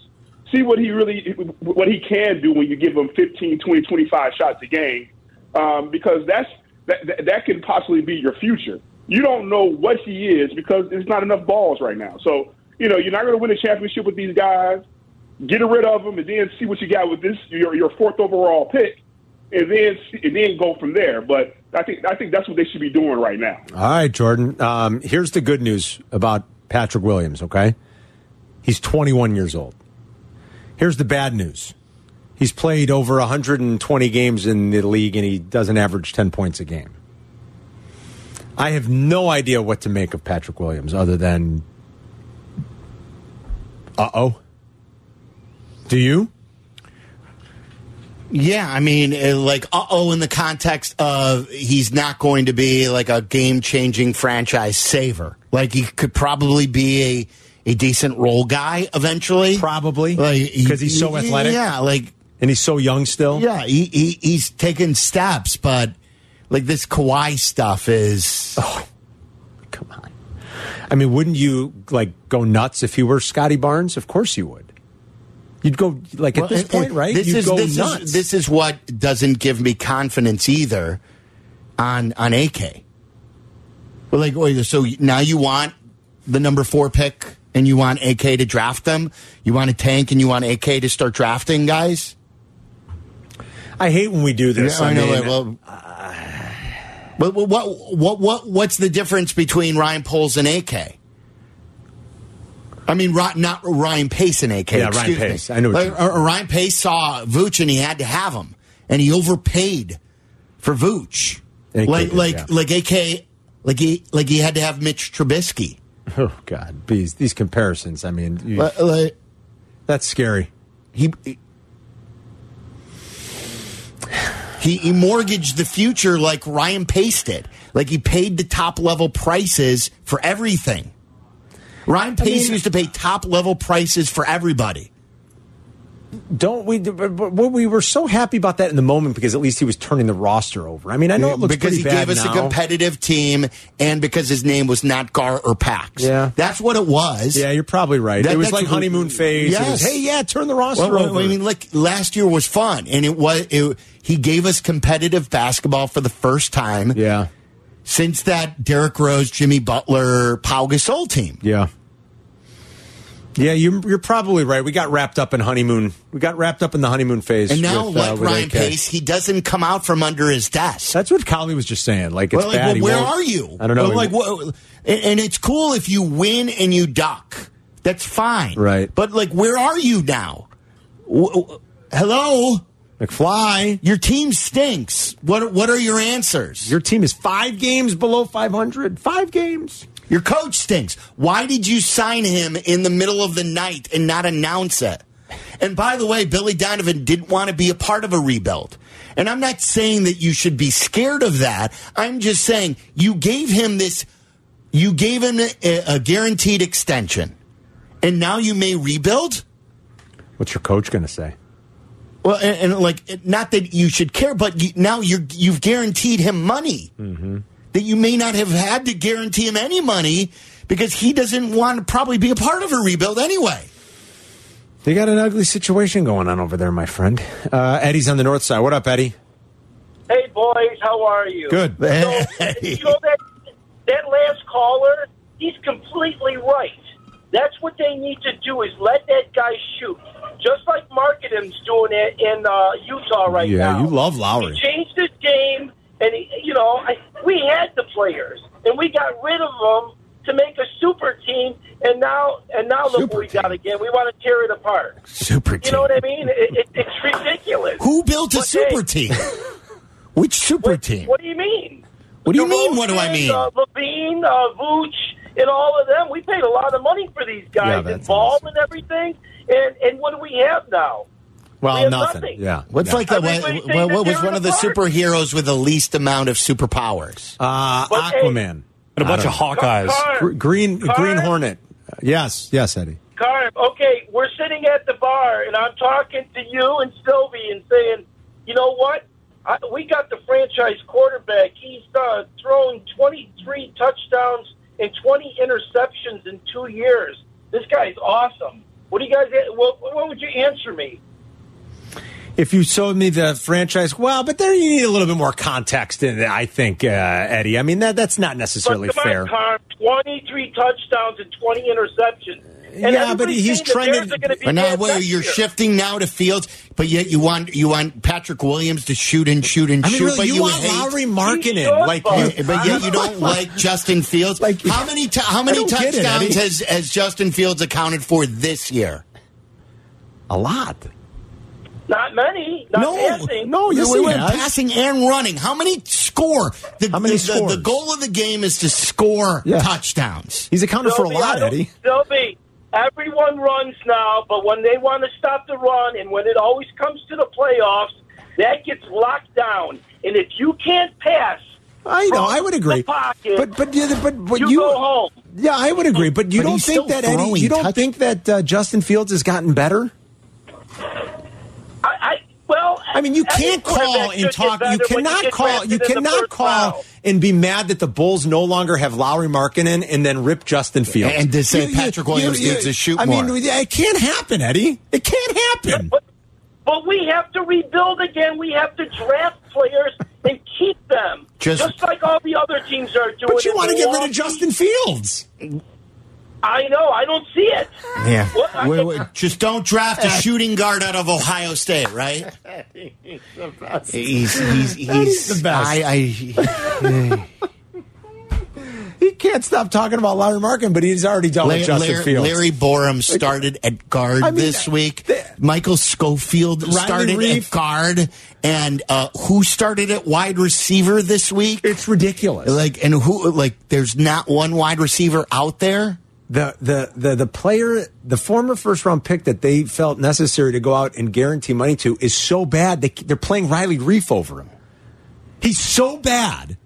S4: See what he really what he can do when you give him 15, 20, 25 shots a game um, because that's that, that that could possibly be your future. You don't know what he is because there's not enough balls right now. So you know you're not going to win a championship with these guys. Get rid of them and then see what you got with this your your fourth overall pick, and then see- and then go from there. But I think I think that's what they should be doing right now.
S1: All right, Jordan. Um, here's the good news about Patrick Williams, okay? He's 21 years old. Here's the bad news he's played over 120 games in the league and he doesn't average 10 points a game. I have no idea what to make of Patrick Williams other than. Uh oh. Do you?
S2: Yeah, I mean, uh, like, uh oh, in the context of he's not going to be like a game changing franchise saver. Like, he could probably be a, a decent role guy eventually.
S1: Probably.
S2: Like, he-
S1: 'Cause he's so
S2: he-
S1: athletic.
S2: Yeah, like,
S1: And he's so young still?
S2: yeah, he, he he's taken steps, but like this Kawhi stuff is.
S1: Oh, Come on. I mean, wouldn't you like go nuts if you were Scotty Barnes? Of course you would. You'd go like at
S2: Well,
S1: this
S2: and-
S1: point,
S2: and
S1: right?
S2: This
S1: You'd
S2: is
S1: go
S2: this
S1: nuts.
S2: is this is what doesn't give me confidence either on on AK. Well, like, oh, so now you want the number four pick, and you want AK to draft them. You want a tank, and you want AK to start drafting guys.
S1: I hate when we do this. I,
S2: I know.
S1: mean,
S2: like, well,
S1: uh,
S2: but what, what what what what's the difference between Ryan Poles and AK? I mean, Ry- not Ryan Pace and AK.
S1: Yeah, Ryan
S2: excuse me.
S1: Pace. I know what
S2: Like,
S1: you-
S2: or- or Ryan Pace saw Vooch and he had to have him, and he overpaid for Vooch.
S1: AK
S2: like
S1: did,
S2: like
S1: yeah.
S2: like AK like he like he had to have Mitch Trubisky.
S1: oh god, these these comparisons. I mean, you-
S2: Like- like,
S1: that's scary.
S2: he he he mortgaged the future like Ryan Pace did. Like he paid the top level prices for everything. Ryan Pace used to pay top level prices for everybody.
S1: Don't we? But but we were so happy about that in the moment because at least he was turning the roster over. I mean, I know it looks
S2: because
S1: pretty
S2: he
S1: bad
S2: gave us
S1: now.
S2: a competitive team and because his name was not Gar or Pax.
S1: Yeah.
S2: That's what it was.
S1: yeah, you're probably right.
S2: That-
S1: it was
S2: that's
S1: like
S2: what-
S1: honeymoon phase. It was,
S2: Yes.
S1: hey, yeah, turn the roster
S2: Well, well,
S1: over.
S2: I mean, look, last year was fun, and it was. It, he gave us competitive basketball for the first time.
S1: yeah,
S2: since that Derrick Rose, Jimmy Butler, Pau Gasol team.
S1: Yeah. Yeah, you, you're probably right. We got wrapped up in honeymoon. We got wrapped up in the honeymoon phase.
S2: And now,
S1: with, uh,
S2: like
S1: with
S2: Ryan
S1: AK.
S2: Pace, he doesn't come out from under his desk.
S1: That's what Collie was just saying. Like, it's
S2: Well, like,
S1: bad.
S2: well,
S1: He
S2: where
S1: won't-
S2: are you?
S1: I don't know.
S2: Well, like, what, and, and it's cool if you win and you duck. That's fine.
S1: Right.
S2: But like, where are you now? W- w- hello,
S1: McFly.
S2: Your team stinks. What What are your answers?
S1: Your team is five games below 500. Five games.
S2: Your coach stinks. Why did you sign him in the middle of the night and not announce it? And by the way, Billy Donovan didn't want to be a part of a rebuild. And I'm not saying that you should be scared of that. I'm just saying you gave him this, you gave him a, a guaranteed extension. And now you may rebuild?
S1: What's your coach going to say?
S2: Well, and, and like, it- not that you should care, but you, now you're, you've guaranteed him money that you may not have had to guarantee him any money because he doesn't want to probably be a part of a rebuild anyway.
S1: They got an ugly situation going on over there, my friend. Uh, Eddie's on the north side. What up, Eddie?
S13: Hey, boys, how are you?
S1: Good.
S13: So, you know that, that last caller, he's completely right. That's what they need to do is let that guy shoot, just like Marketing's doing it in uh, Utah right
S1: yeah,
S13: now.
S1: you love
S13: He
S1: Lowry.
S13: changed his game, and he, you know, I, we had the players, and we got rid of them to make a super team, and now and now look what we got again. We want to tear it apart.
S2: Super
S13: You know what I mean? It, it, it's ridiculous.
S2: Who built a super team? Which super team?
S13: What do you mean?
S2: What do you mean? What do I mean?
S13: Uh, Levine, uh, Vooch, and all of them. We paid a lot of money for these guys,
S2: Yeah,
S13: and
S2: that's
S13: Ball and everything. And and what do we have now? We
S2: Well,
S13: have
S2: nothing.
S13: nothing.
S1: Yeah.
S2: What's
S1: Yeah.
S2: like the,
S13: Everybody
S2: what,
S13: thinks
S2: what,
S13: that
S2: what was
S13: they're
S2: one of the
S13: in the
S2: superheroes with the least amount of superpowers?
S1: Uh,
S13: But, hey-
S1: Aquaman.
S2: And a bunch
S1: I don't
S2: of
S1: know.
S2: Hawkeyes.
S1: Gr- Green,
S13: Carr.
S1: Green Hornet. Uh, yes, yes, Eddie.
S13: Carm, okay, we're sitting at the bar, and I'm talking to you and Sylvie and saying, you know what? I, we got the franchise quarterback. He's uh, thrown 23 touchdowns and 20 interceptions in two years. This guy's awesome. What do you guys? What, what would you answer me?
S1: If you sold me the franchise, well, but there you need a little bit more context in it, I think, uh, Eddie. I mean, that that's not necessarily
S13: But come
S1: fair.
S13: on, Carm, 23 touchdowns and 20 interceptions. And
S2: yeah, but
S13: everybody's
S2: he's
S13: saying the
S2: trying
S13: Bears are gonna
S2: to.
S13: be
S2: But now,
S13: bad
S2: wait,
S13: next
S2: you're
S13: year.
S2: shifting now to Fields, but yet you want you want Patrick Williams to shoot and shoot and
S1: I mean,
S2: shoot.
S1: really,
S2: but
S1: you
S2: you,
S1: want
S2: hate,
S1: Lowry Markkanen, like, you-
S2: you, but yet you don't like Justin Fields. Like how many t- how many
S1: I don't get it,
S2: touchdowns
S1: Eddie.
S2: has has Justin Fields accounted for this year?
S1: A lot.
S13: Not many. Not passing.
S1: Oh,
S2: we went passing and running. How many score? The,
S1: many
S2: the, the- the
S1: scores?
S2: goal of the game is to score
S1: Yeah.
S2: touchdowns.
S1: He's accounted for a lot, Eddie.
S13: Sylvie, everyone runs now, but when they want to stop the run, and when it always comes to the playoffs, that gets locked down. And if you can't pass,
S1: I know,
S13: from
S1: I would agree.
S13: The pocket,
S1: But but yeah, but but
S13: you,
S1: you
S13: go home.
S1: Yeah, I would agree. But you
S2: But
S1: don't
S2: he's
S1: think
S2: still
S1: that Eddie?
S2: throwing
S1: You don't
S2: touch-
S1: think that uh, Justin Fields has gotten better?
S13: I, I well,
S1: I mean, you can't call and talk. You cannot call. You cannot call and be mad that the Bulls no longer have Lowry Markkinen and then rip Justin Fields
S2: And to say
S1: You- you-
S2: Patrick Williams needs to shoot
S1: I
S2: more.
S1: mean, it can't happen, Eddie. It can't happen.
S13: But we have to rebuild again. We have to draft players and keep them,
S1: Just-
S13: like all the other teams are doing.
S1: But you
S13: in
S1: want to get rid of
S13: Milwaukee.
S1: Justin Fields?
S13: I know. I don't see it.
S2: Yeah.
S13: What- I-
S2: Wait, wait, just don't draft a shooting guard out of Ohio State, right? He's he's he's
S1: the best.
S2: I, I
S1: He can't stop talking about Lowry Markin, but he's already done
S2: Larry,
S1: with Justin
S2: Larry,
S1: Fields.
S2: Larry Borum started at guard
S1: I mean,
S2: this week. Michael Schofield
S1: Riley
S2: started
S1: Reef.
S2: at guard, and uh, who started at wide receiver this week?
S1: It's ridiculous.
S2: Like and who? Like there's not one wide receiver out there.
S1: the the the the player, the former first round pick that they felt necessary to go out and guarantee money to is so bad they they're playing Riley Reef over him. He's so bad.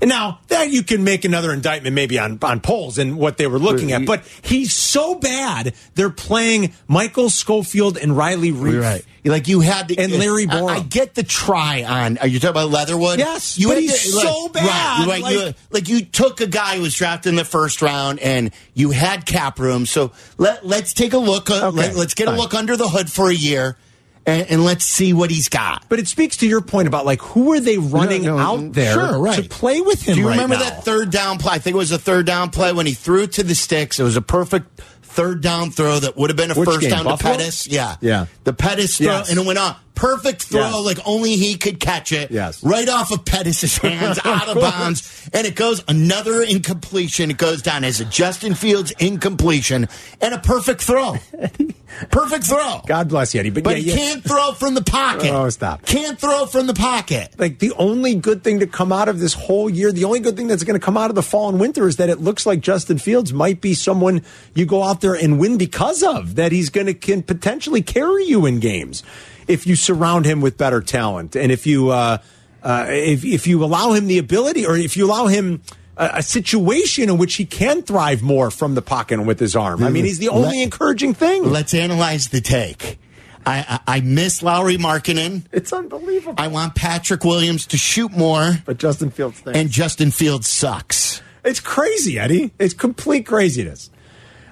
S1: And now that you can make another indictment maybe on on polls and what they were looking at, but he's so bad they're playing Michael Schofield and Riley Reef.
S2: Right. Like you had to,
S1: And Larry
S2: I- I,
S1: Borum.
S2: get the try on. Are you talking about Leatherwood?
S1: Yes,
S2: you
S1: but
S2: had
S1: he's so
S2: like-
S1: bad,
S2: Right, right, you-
S1: like-
S2: like, you took a guy who was drafted in the first round, and you had cap room. So let let's take a look. Uh,
S1: Okay,
S2: let, us get
S1: fine.
S2: a look under the hood for a year, and, and let's see what he's got.
S1: But it speaks to your point about like who are they running out there
S2: sure, right.
S1: to play with him
S2: Do you
S1: right
S2: remember
S1: now?
S2: that third down play? I think it was a third down play when he threw to the sticks. It was a perfect third down throw that would have been a
S1: Which
S2: first
S1: game,
S2: down
S1: Buffalo?
S2: to Pettis. Yeah.
S1: Yeah.
S2: The Pettis throw,
S1: Yes.
S2: and it went on. Perfect throw,
S1: Yes.
S2: like only he could catch it.
S1: Yes.
S2: Right off of Pettis' hands,
S1: Of
S2: out of
S1: course.
S2: bounds. And it goes another incompletion. It goes down as a Justin Fields incompletion and a perfect throw. perfect throw.
S1: God bless you, Eddie. But,
S2: But
S1: yeah,
S2: he
S1: yeah.
S2: can't throw from the pocket.
S1: Oh, stop.
S2: Can't throw from the pocket.
S1: Like the only good thing to come out of this whole year, the only good thing that's going to come out of the fall and winter is that it looks like Justin Fields might be someone you go out there and win because of that he's going to can potentially carry you in games if you surround him with better talent and if you uh, uh, if if you allow him the ability or if you allow him a, a situation in which he can thrive more from the pocket and with his arm. I mean, he's the only
S2: Mm-hmm. Let-
S1: encouraging thing.
S2: Let's analyze the take. I, I, I miss Lowry Markinen.
S1: It's unbelievable.
S2: I want Patrick Williams to shoot more,
S1: but Justin Fields thinks.
S2: and Justin Fields sucks.
S1: It's crazy, Eddie. It's complete craziness.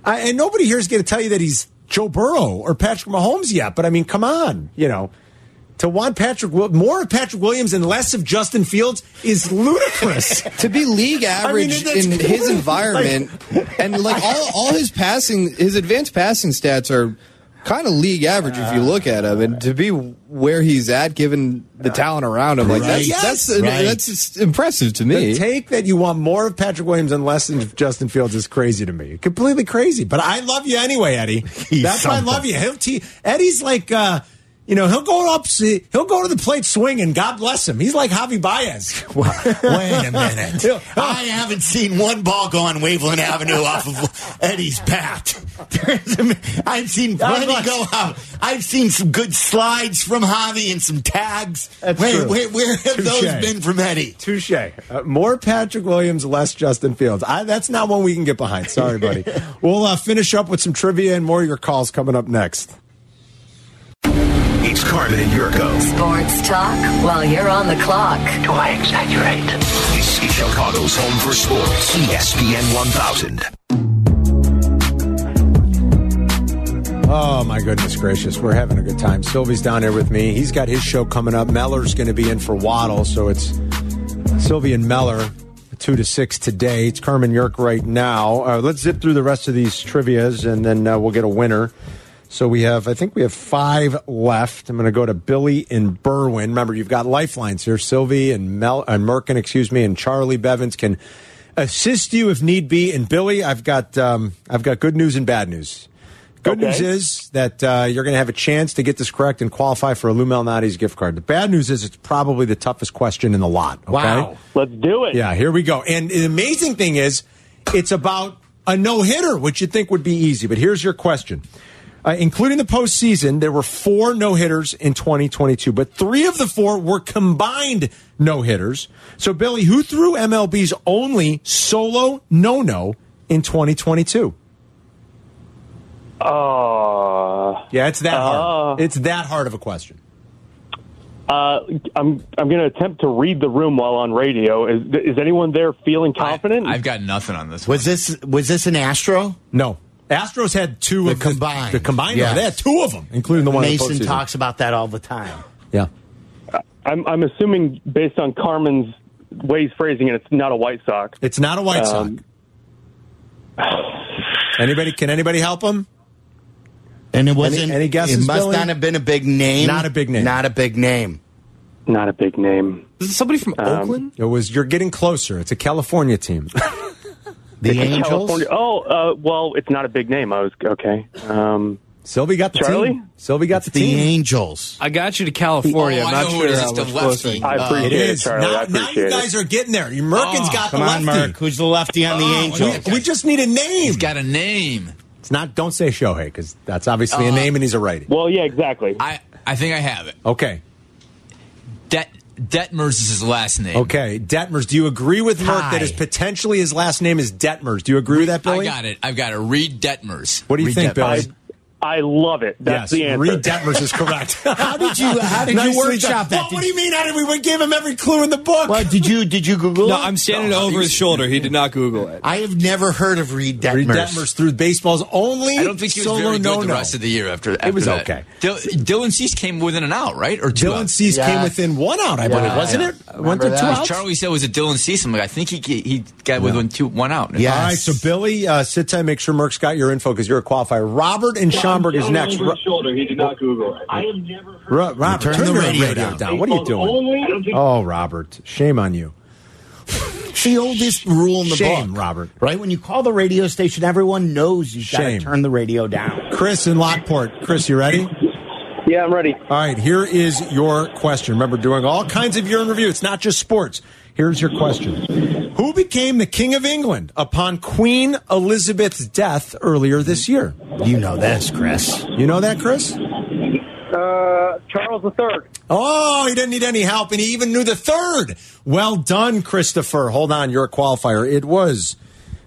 S1: I, and nobody here is going to tell you that he's Joe Burrow or Patrick Mahomes yet. But I mean, come on, you know, to want Patrick Wil- more of Patrick Williams and less of Justin Fields is ludicrous.
S5: to be league average
S1: that's-
S5: in his environment and like all, all his passing his advanced passing stats are kind of league average if you look at him and to be where he's at given the talent around him like that's
S1: Right.
S5: that's,
S1: Yes. Right.
S5: that's just impressive to me
S1: The take that you want more of Patrick Williams and less of Justin Fields is crazy to me. Completely crazy. But I love you anyway, Eddie. That's why I love you. He'll te- Eddie's like, uh, you know, he'll go up, see, he'll go to the plate swinging. God bless him. He's like Javi Baez.
S2: Wait a minute. I haven't seen one ball go on Waveland Avenue off of Eddie's bat. There's a- I've seen plenty go out. I've seen some good slides from Javi and some tags.
S1: That's
S2: where,
S1: true.
S2: Where, where have
S1: Touche.
S2: those been from Eddie?
S1: Touche. Uh, more Patrick Williams, less Justin Fields. I, that's not one we can get behind. Sorry, buddy. we'll uh, finish up with some trivia and more of your calls coming up next.
S11: It's Carmen and Yurko.
S12: Sports talk while you're on the clock. Do I exaggerate?
S11: This is Chicago's home for sports. E ESPN 1000.
S1: Oh my goodness gracious, we're having a good time. Sylvie's down here with me. He's got his show coming up. Meller's going to be in for Waddle, so it's Sylvie and Meller, two to six today. It's Carmen York right now. Uh, let's zip through the rest of these trivia's, and then uh, we'll get a winner. So we have, I think we have five left. I'm going to go to Billy in Berwyn. Remember, you've got lifelines here. Sylvie and Mel and Merkin, excuse me, and Charlie Bevins can assist you if need be. And Billy, I've got um, I've got good news and bad news. Good
S8: Okay.
S1: news is that uh, you're going to have a chance to get this correct and qualify for a Lou Malnati's gift card. The bad news is it's probably the toughest question in the lot. Okay?
S8: Wow. Let's do it.
S1: Yeah, here we go. And the amazing thing is, it's about a no hitter, which you'd think would be easy. But here's your question. Uh, including the postseason, there were four no hitters in 2022, but three of the four were combined no hitters. So, Billy, who threw MLB's only solo no no in 2022?
S8: Uh,
S1: yeah, it's that hard.
S8: uh,
S1: It's that hard of a question.
S8: Uh, I'm I'm going to attempt to read the room while on radio. Is, is anyone there feeling confident?
S3: I've got nothing on this.
S2: Was this was this an Astro?
S1: No. Astros had two
S2: the of combined.
S1: The combined, they had two of them, including the one in the
S2: Mason
S1: postseason.
S2: talks about that all the time.
S1: Yeah.
S8: I'm I'm assuming based on Carmen's ways phrasing it, it's not a White Sox.
S1: It's not a White Sox. Anybody? Can anybody help him?
S2: And it
S1: wasn't- Any- any guesses,
S2: It must
S1: Billy?
S2: not have been a big name.
S1: Not a big name.
S2: Not a big name.
S8: Not a big name.
S1: Is it somebody from
S8: Oakland?
S1: It was. You're getting closer. It's a California team.
S2: The
S8: It's a California- Oh, uh, well, it's not a big name. I was okay. Um,
S1: Sylvie got the
S8: Charlie?
S1: team. Sylvie got the, team.
S2: Angels.
S10: I got you to California.
S1: Oh,
S10: I'm
S1: I
S10: not
S1: know
S10: sure
S1: it is.
S10: how
S1: It's the
S10: much
S1: lefty.
S10: closer.
S1: I appreciate it, It is. Charlie. I Now- now you appreciate guys it. are getting there. You- Merkin's got the
S2: Come on,
S1: lefty.
S2: Merk. Who's the lefty on the Angels?
S1: We, we just need a name. He's
S3: got a name.
S1: It's not. Don't say Shohei because that's obviously a
S3: Uh,
S1: name, and he's a righty.
S8: Well, yeah, exactly.
S3: I I think I have it.
S1: Okay.
S3: Det Detmers is his last name.
S1: Okay. Detmers. Do you agree with Merck that is potentially his last name is Detmers? Do you agree with that,
S3: I
S1: Billy?
S3: got it. I've got it. Reed Detmers.
S1: What do you
S3: Reed
S1: think,
S3: Detmers.
S1: Billy?
S8: I love it. That's
S1: yes,
S8: the answer.
S1: Reed Detmers is correct.
S2: How did you? How did you
S1: Nicely done.
S2: workshop that?
S1: Well, what do you mean? How did we, we gave him every clue in the book?
S2: Well, did you? Did you Google?
S10: No,
S2: it?
S10: I'm standing over his shoulder. He did not Google it.
S2: I have never heard of Reed Detmers.
S1: Reed Detmers through baseball's only
S3: I don't think he was
S1: solo
S3: very good
S1: no-no.
S3: the rest of the year after, after
S1: was
S3: that.
S1: okay.
S3: Dil- Dylan Cease came within an out, right? Or two
S1: Dylan
S3: outs.
S1: Cease came within one out, I believe, wasn't it? Went through two outs.
S3: Charlie said it was a Dylan Cease. I'm like, I think he he got within two one out.
S1: All right, so Billy, uh, sit tight. Make sure Merck's got your info because you're a qualifier. Robert and Schomburg is next. Ro-
S14: shoulder. He did not Google it. I am never.
S1: Ro- Robert, turn, the radio, down. What are you doing? Oh, Robert, shame on you.
S2: the oldest rule in the
S1: Shame,
S2: book,
S1: Robert.
S2: Right when you call the radio station, everyone knows you got to
S1: Shame.
S2: turn the radio down.
S1: Chris in Lockport. Chris, you ready?
S14: Yeah, I'm ready.
S1: All right, here is your question. Remember, doing all kinds of year in review. It's not just sports. Here's your question Who became the King of England upon Queen Elizabeth's death earlier this year?
S2: You know this, Chris.
S1: You know that, Chris?
S14: Uh, Charles III.
S1: Oh, he didn't need any help, and he even knew the third. Well done, Christopher. Hold on, you're a qualifier. It was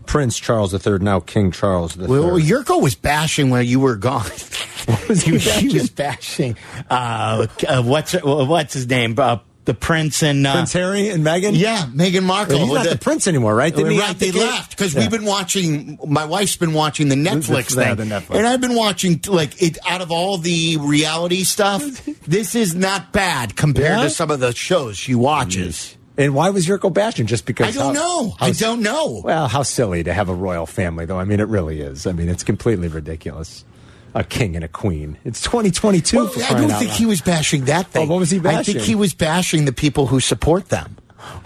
S1: Prince Charles III, now King Charles III.
S2: Well, Yurko was bashing while you were gone. he, was- he was bashing. Uh, uh, what's what's his name? Uh, the prince and uh,
S1: Prince Harry and Meghan?
S2: Yeah, Meghan Markle.
S1: He's not
S2: The-
S1: the prince anymore, right? Didn't he
S2: right,
S1: out
S2: they
S1: the gate?
S2: left because
S1: Yeah.
S2: we've been watching. My wife's been watching the Netflix
S1: Yeah,
S2: thing,
S1: the Netflix.
S2: and I've been watching like it. Out of all the reality stuff, this is not bad compared
S1: Yeah?
S2: to some of the shows she watches.
S1: And why was Yurko bashing? Just because
S2: I don't know. I don't know.
S1: Well, how silly to have a royal family, though. I mean, it really is. I mean, it's completely ridiculous. A king and a queen. It's 2022.
S2: Well,
S1: for
S2: I
S1: crying
S2: don't
S1: out
S2: think
S1: loud.
S2: he was bashing that thing.
S1: Oh, what was he
S2: I think
S1: bashing?
S2: he was bashing the people who support them.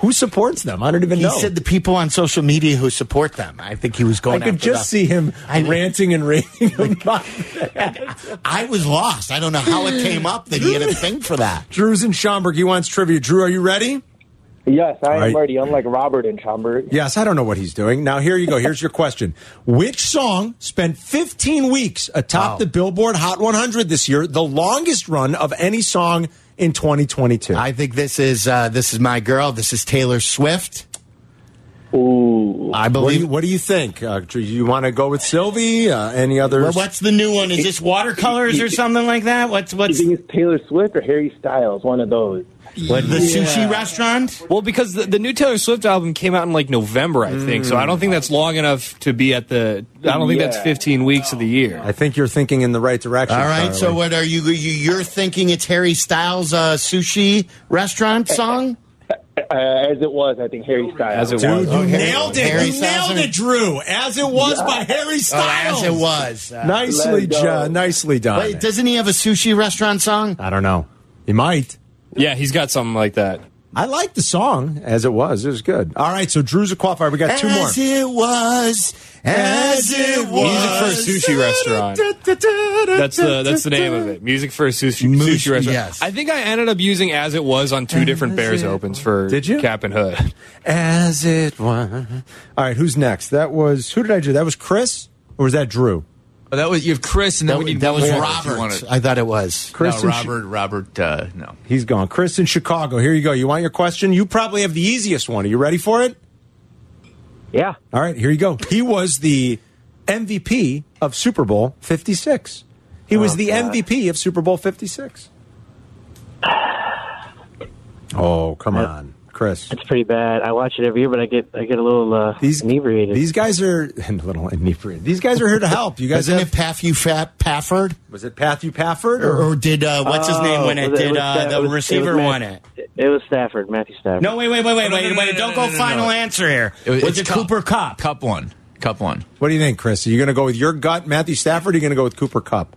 S1: Who supports them? I don't even
S2: He
S1: know.
S2: said the people on social media who support them. I think he was
S1: I
S2: going.
S1: could
S2: after
S1: just
S2: them.
S1: see him ranting and raving about that.
S2: I was lost. I don't know how it came up that he had a thing for that.
S1: Drew's in Schaumburg. He wants trivia. Drew, are you ready?
S14: Yes, I am
S1: Right.
S14: ready. Unlike Robert and Schomburg.
S1: Yes, I don't know what he's doing. Now, here you go. Here's your question. Which song spent 15 weeks atop the Billboard Hot 100 this year, the longest run of any song in 2022?
S2: I think this is uh, this is my girl. This is Taylor Swift.
S14: Ooh.
S2: I
S1: what, do you,
S2: believe.
S1: what do you think? Uh, do you want to go with Sylvie? Uh, any other?
S2: Well, what's the new one? Is this watercolors or something like that? What's
S14: You
S2: what's
S14: think it's Taylor Swift or Harry Styles? One of those.
S2: what, the sushi restaurant?
S10: Well, because the, the new Taylor Swift album came out in like November, I think. So I don't think that's long enough to be at the. I don't think that's
S14: Yeah.
S10: 15 weeks of the year.
S1: I think you're thinking in the right direction.
S2: All right. So
S1: Charlie.
S2: what are you? you you're thinking it's Harry Styles' uh, sushi restaurant song?
S14: Uh, as it was, I think Harry Styles.
S10: As it
S1: Dude,
S10: was.
S1: you nailed it.
S2: Harry
S1: you
S2: Styles
S1: nailed
S2: and-
S1: it, Drew. As it was by Harry
S2: Oh,
S1: Styles.
S2: as it was. Uh,
S1: Nicely,
S14: Let it go.
S1: jo- nicely done.
S2: wait, doesn't he have a sushi restaurant song?
S1: I don't know. He might.
S10: Yeah, he's got something like that.
S1: I like the song as it was. It was good. All right, so Drew's a qualifier. We got Uh, two more.
S2: As it was. As it was.
S10: Music for a sushi restaurant. That's the that's the name of it. Music for a sushi,
S2: Moose-
S10: sushi restaurant.
S2: yes.
S10: I think I ended up using as it was on two different Bears opens for
S1: Did you?
S10: Cap and Hood.
S1: As it was. All right, who's next? That was who did I do? That was Chris, or was that Drew?
S3: Oh, that was you have Chris, and then
S2: That,
S3: we
S2: was-
S3: need
S2: that was
S3: more if you
S2: Robert.
S3: wanna-
S2: I thought it was.
S1: Chris
S3: no,
S1: and Sh-
S3: Robert. Robert. Uh, no.
S1: He's gone. Chris in Chicago. Here you go. You want your question? You probably have the easiest one. Are you ready for it?
S14: Yeah.
S1: All right, here you go. He was the MVP of Super Bowl 56. He was the MVP of Super Bowl 56. Oh, come on, Chris.
S15: It's pretty bad. I watch it every year, but I get I get a little uh,
S1: These-
S15: inebriated.
S1: These guys are and a little inebriated. These guys are here to help. You guys
S2: Isn't
S1: have,
S2: it Paffy Fa- Pafford?
S1: was it Matthew Pafford
S2: Or, or did uh, what's his name
S15: Oh,
S2: win it?
S15: was it-
S2: Did
S15: was
S2: uh,
S15: that-
S2: the
S15: was- it was
S2: receiver
S15: Matt-
S2: win it?
S15: It was Stafford, Matthew Stafford.
S2: No, wait, wait, wait, wait,
S3: No, no,
S2: wait,
S3: no,
S2: wait!
S3: no,
S2: Don't
S3: no,
S2: go
S3: no, no,
S2: final
S3: no.
S2: answer here.
S3: It was-
S2: was
S3: it's
S2: it
S3: Cup.
S2: Cooper Cup?
S3: Cup one. Cup one.
S1: What do you think, Chris? Are you going to go with your gut, Matthew Stafford? Or are you going to go with Cooper Cup?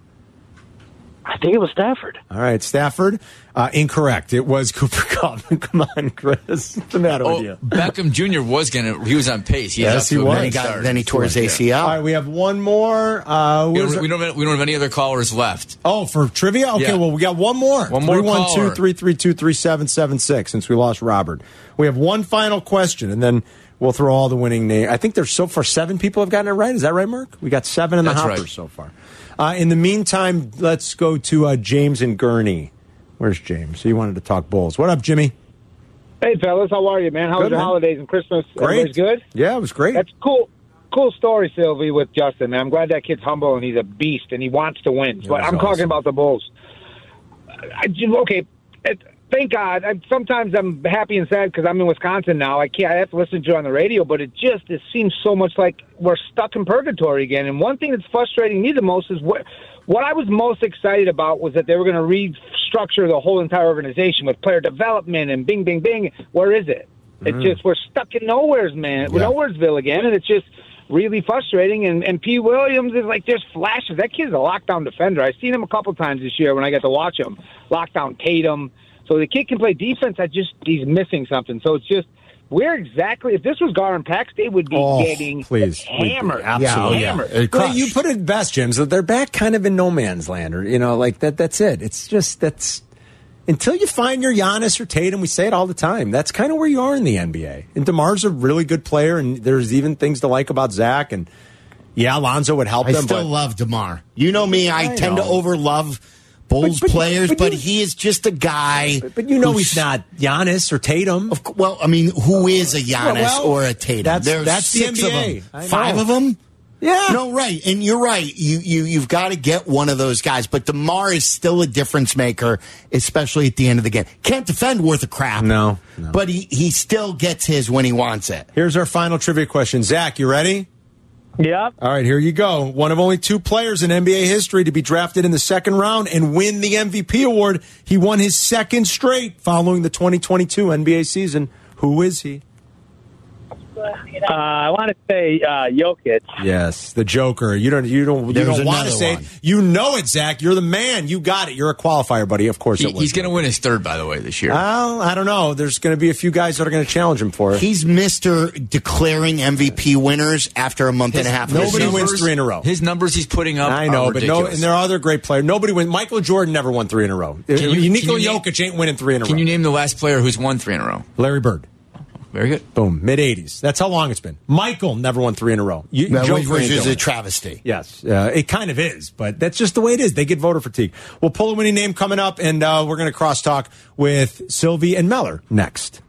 S15: I think it was Stafford.
S1: All right, Stafford. Uh, incorrect. It was Cooper Cup. Come on, Chris. What's the matter
S3: Oh,
S1: with you?
S3: Beckham Jr. was gonna. He was on pace. He
S1: Yes,
S3: was.
S1: he was.
S2: Then he got, then he tore his ACL.
S1: All right, we have one more. Uh,
S3: We
S1: where's-
S3: don't, we don't. have- We don't have any other callers left.
S1: oh, for trivia. Okay,
S3: Yeah.
S1: well, we got one more.
S3: One more
S1: Three one two
S3: caller.
S1: three three two three seven seven six. Since we lost Robert, we have one final question, and then we'll throw all the winning names. I think there's so far seven people have gotten it right. Is that right, Mark? We got seven in the
S3: That's
S1: hopper
S3: right.
S1: so far. Uh, in the meantime, let's go to uh, James and Gurney. Where's James? He wanted to talk bulls. What up, Jimmy?
S16: Hey, fellas, how are you, man? How
S1: Good,
S16: was your
S1: man.
S16: holidays and Christmas?
S1: Great.
S16: Everybody's good?
S1: Yeah, it was great.
S16: That's cool.
S13: cool story, Sylvie, with Justin. Man, I'm glad that kid's humble and he's a beast and he wants to win. but
S17: that's
S13: I'm
S17: awesome.
S13: talking about the Bulls. I, I- okay, it, thank God. I, sometimes I'm happy and sad because I'm in Wisconsin now. I can't. I have to listen to it on the radio, but it just it seems so much like we're stuck in purgatory again. And one thing that's frustrating me the most is what what I was most excited about was that they were going to restructure the whole entire organization with player development and Bing, Bing, Bing. Where is it? It's
S18: Mm.
S13: just we're stuck in nowhere's man, nowheresville again, and it's just really frustrating. And and P. Williams is like there's flashes. That kid's a lockdown defender. I've seen him a couple times this year when I got to watch him. Lockdown Tatum. So the kid can play defense. I just he's missing something. So it's just we're exactly if this was Garden Pax, they would be
S1: Oh,
S13: getting
S1: please.
S13: hammered.
S2: oh,
S1: Absolutely.
S13: hammered.
S1: Well, you put it best, James. that They're back kind of in no man's land, or you know, like that. That's it. It's just that's until you find your Giannis or Tatum. We say it all the time. That's kind of where you are in the NBA. And Demar's a really good player, and there's even things to like about Zach. And yeah, Alonzo would help
S2: I
S1: them.
S2: still
S1: but
S2: love Demar. You know me; I,
S1: I
S2: tend
S1: know.
S2: to overlove Bulls
S1: But- but you-
S2: players,
S1: but
S2: but,
S1: you-
S2: he is just a guy.
S1: But you know he's not Giannis or Tatum.
S2: Of, cou- well, I mean, who is a Giannis
S1: Well,
S2: or a Tatum?
S1: that's-
S2: There's
S1: that's the
S2: six of
S1: NBA. I know.
S2: them. Five of them.
S1: Yeah.
S2: No, right. And you're right. You you you've got to get one of those guys. But Demar is still a difference maker, especially at the end of the game. Can't defend worth a crap.
S1: No,
S2: But he he still gets his when he wants it.
S1: Here's our final trivia question. Zach, you ready?
S8: Yeah.
S1: All right, here you go. One of only two players in NBA history to be drafted in the second round and win the MVP award. He won his second straight following the 2022 NBA season. Who is he?
S8: Uh, I want to say uh, Jokic.
S1: Yes, the Joker. You don't. You don't.
S2: There's
S1: you don't want
S2: another
S1: to say
S2: one.
S1: it. You know it, Zach. You're the man. You got it. You're a qualifier, buddy. Of course,
S3: He,
S1: it was. Uh,
S3: he's going to win his third, by the way, this year.
S1: well, I don't know. There's going to be a few guys that are going to challenge him for it.
S2: He's Mister declaring MVP winners after a month and a half. of the
S1: Nobody
S2: season.
S1: wins three in a row.
S3: His numbers he's putting up.
S1: I know,
S3: are
S1: but no,
S3: uh, ridiculous.
S1: and there are other great players. Nobody wins. Michael Jordan never won three in a row.
S3: Can you-
S1: Nikola
S3: can you name-
S1: Jokic ain't winning three in a row.
S3: Can you name the last player who's won three in a row?
S1: Larry Bird.
S3: Very good.
S1: Boom. Mid 80s. That's how long it's been. Michael never won three in a row. You,
S2: That
S1: Joe
S2: was-
S1: Green
S2: which is
S1: don't.
S2: a travesty.
S1: Yes, uh, it kind of is, but that's just the way it is. They get voter fatigue. We'll pull a winning name coming up, and uh, we're going to crosstalk with Sylvie and Meller next.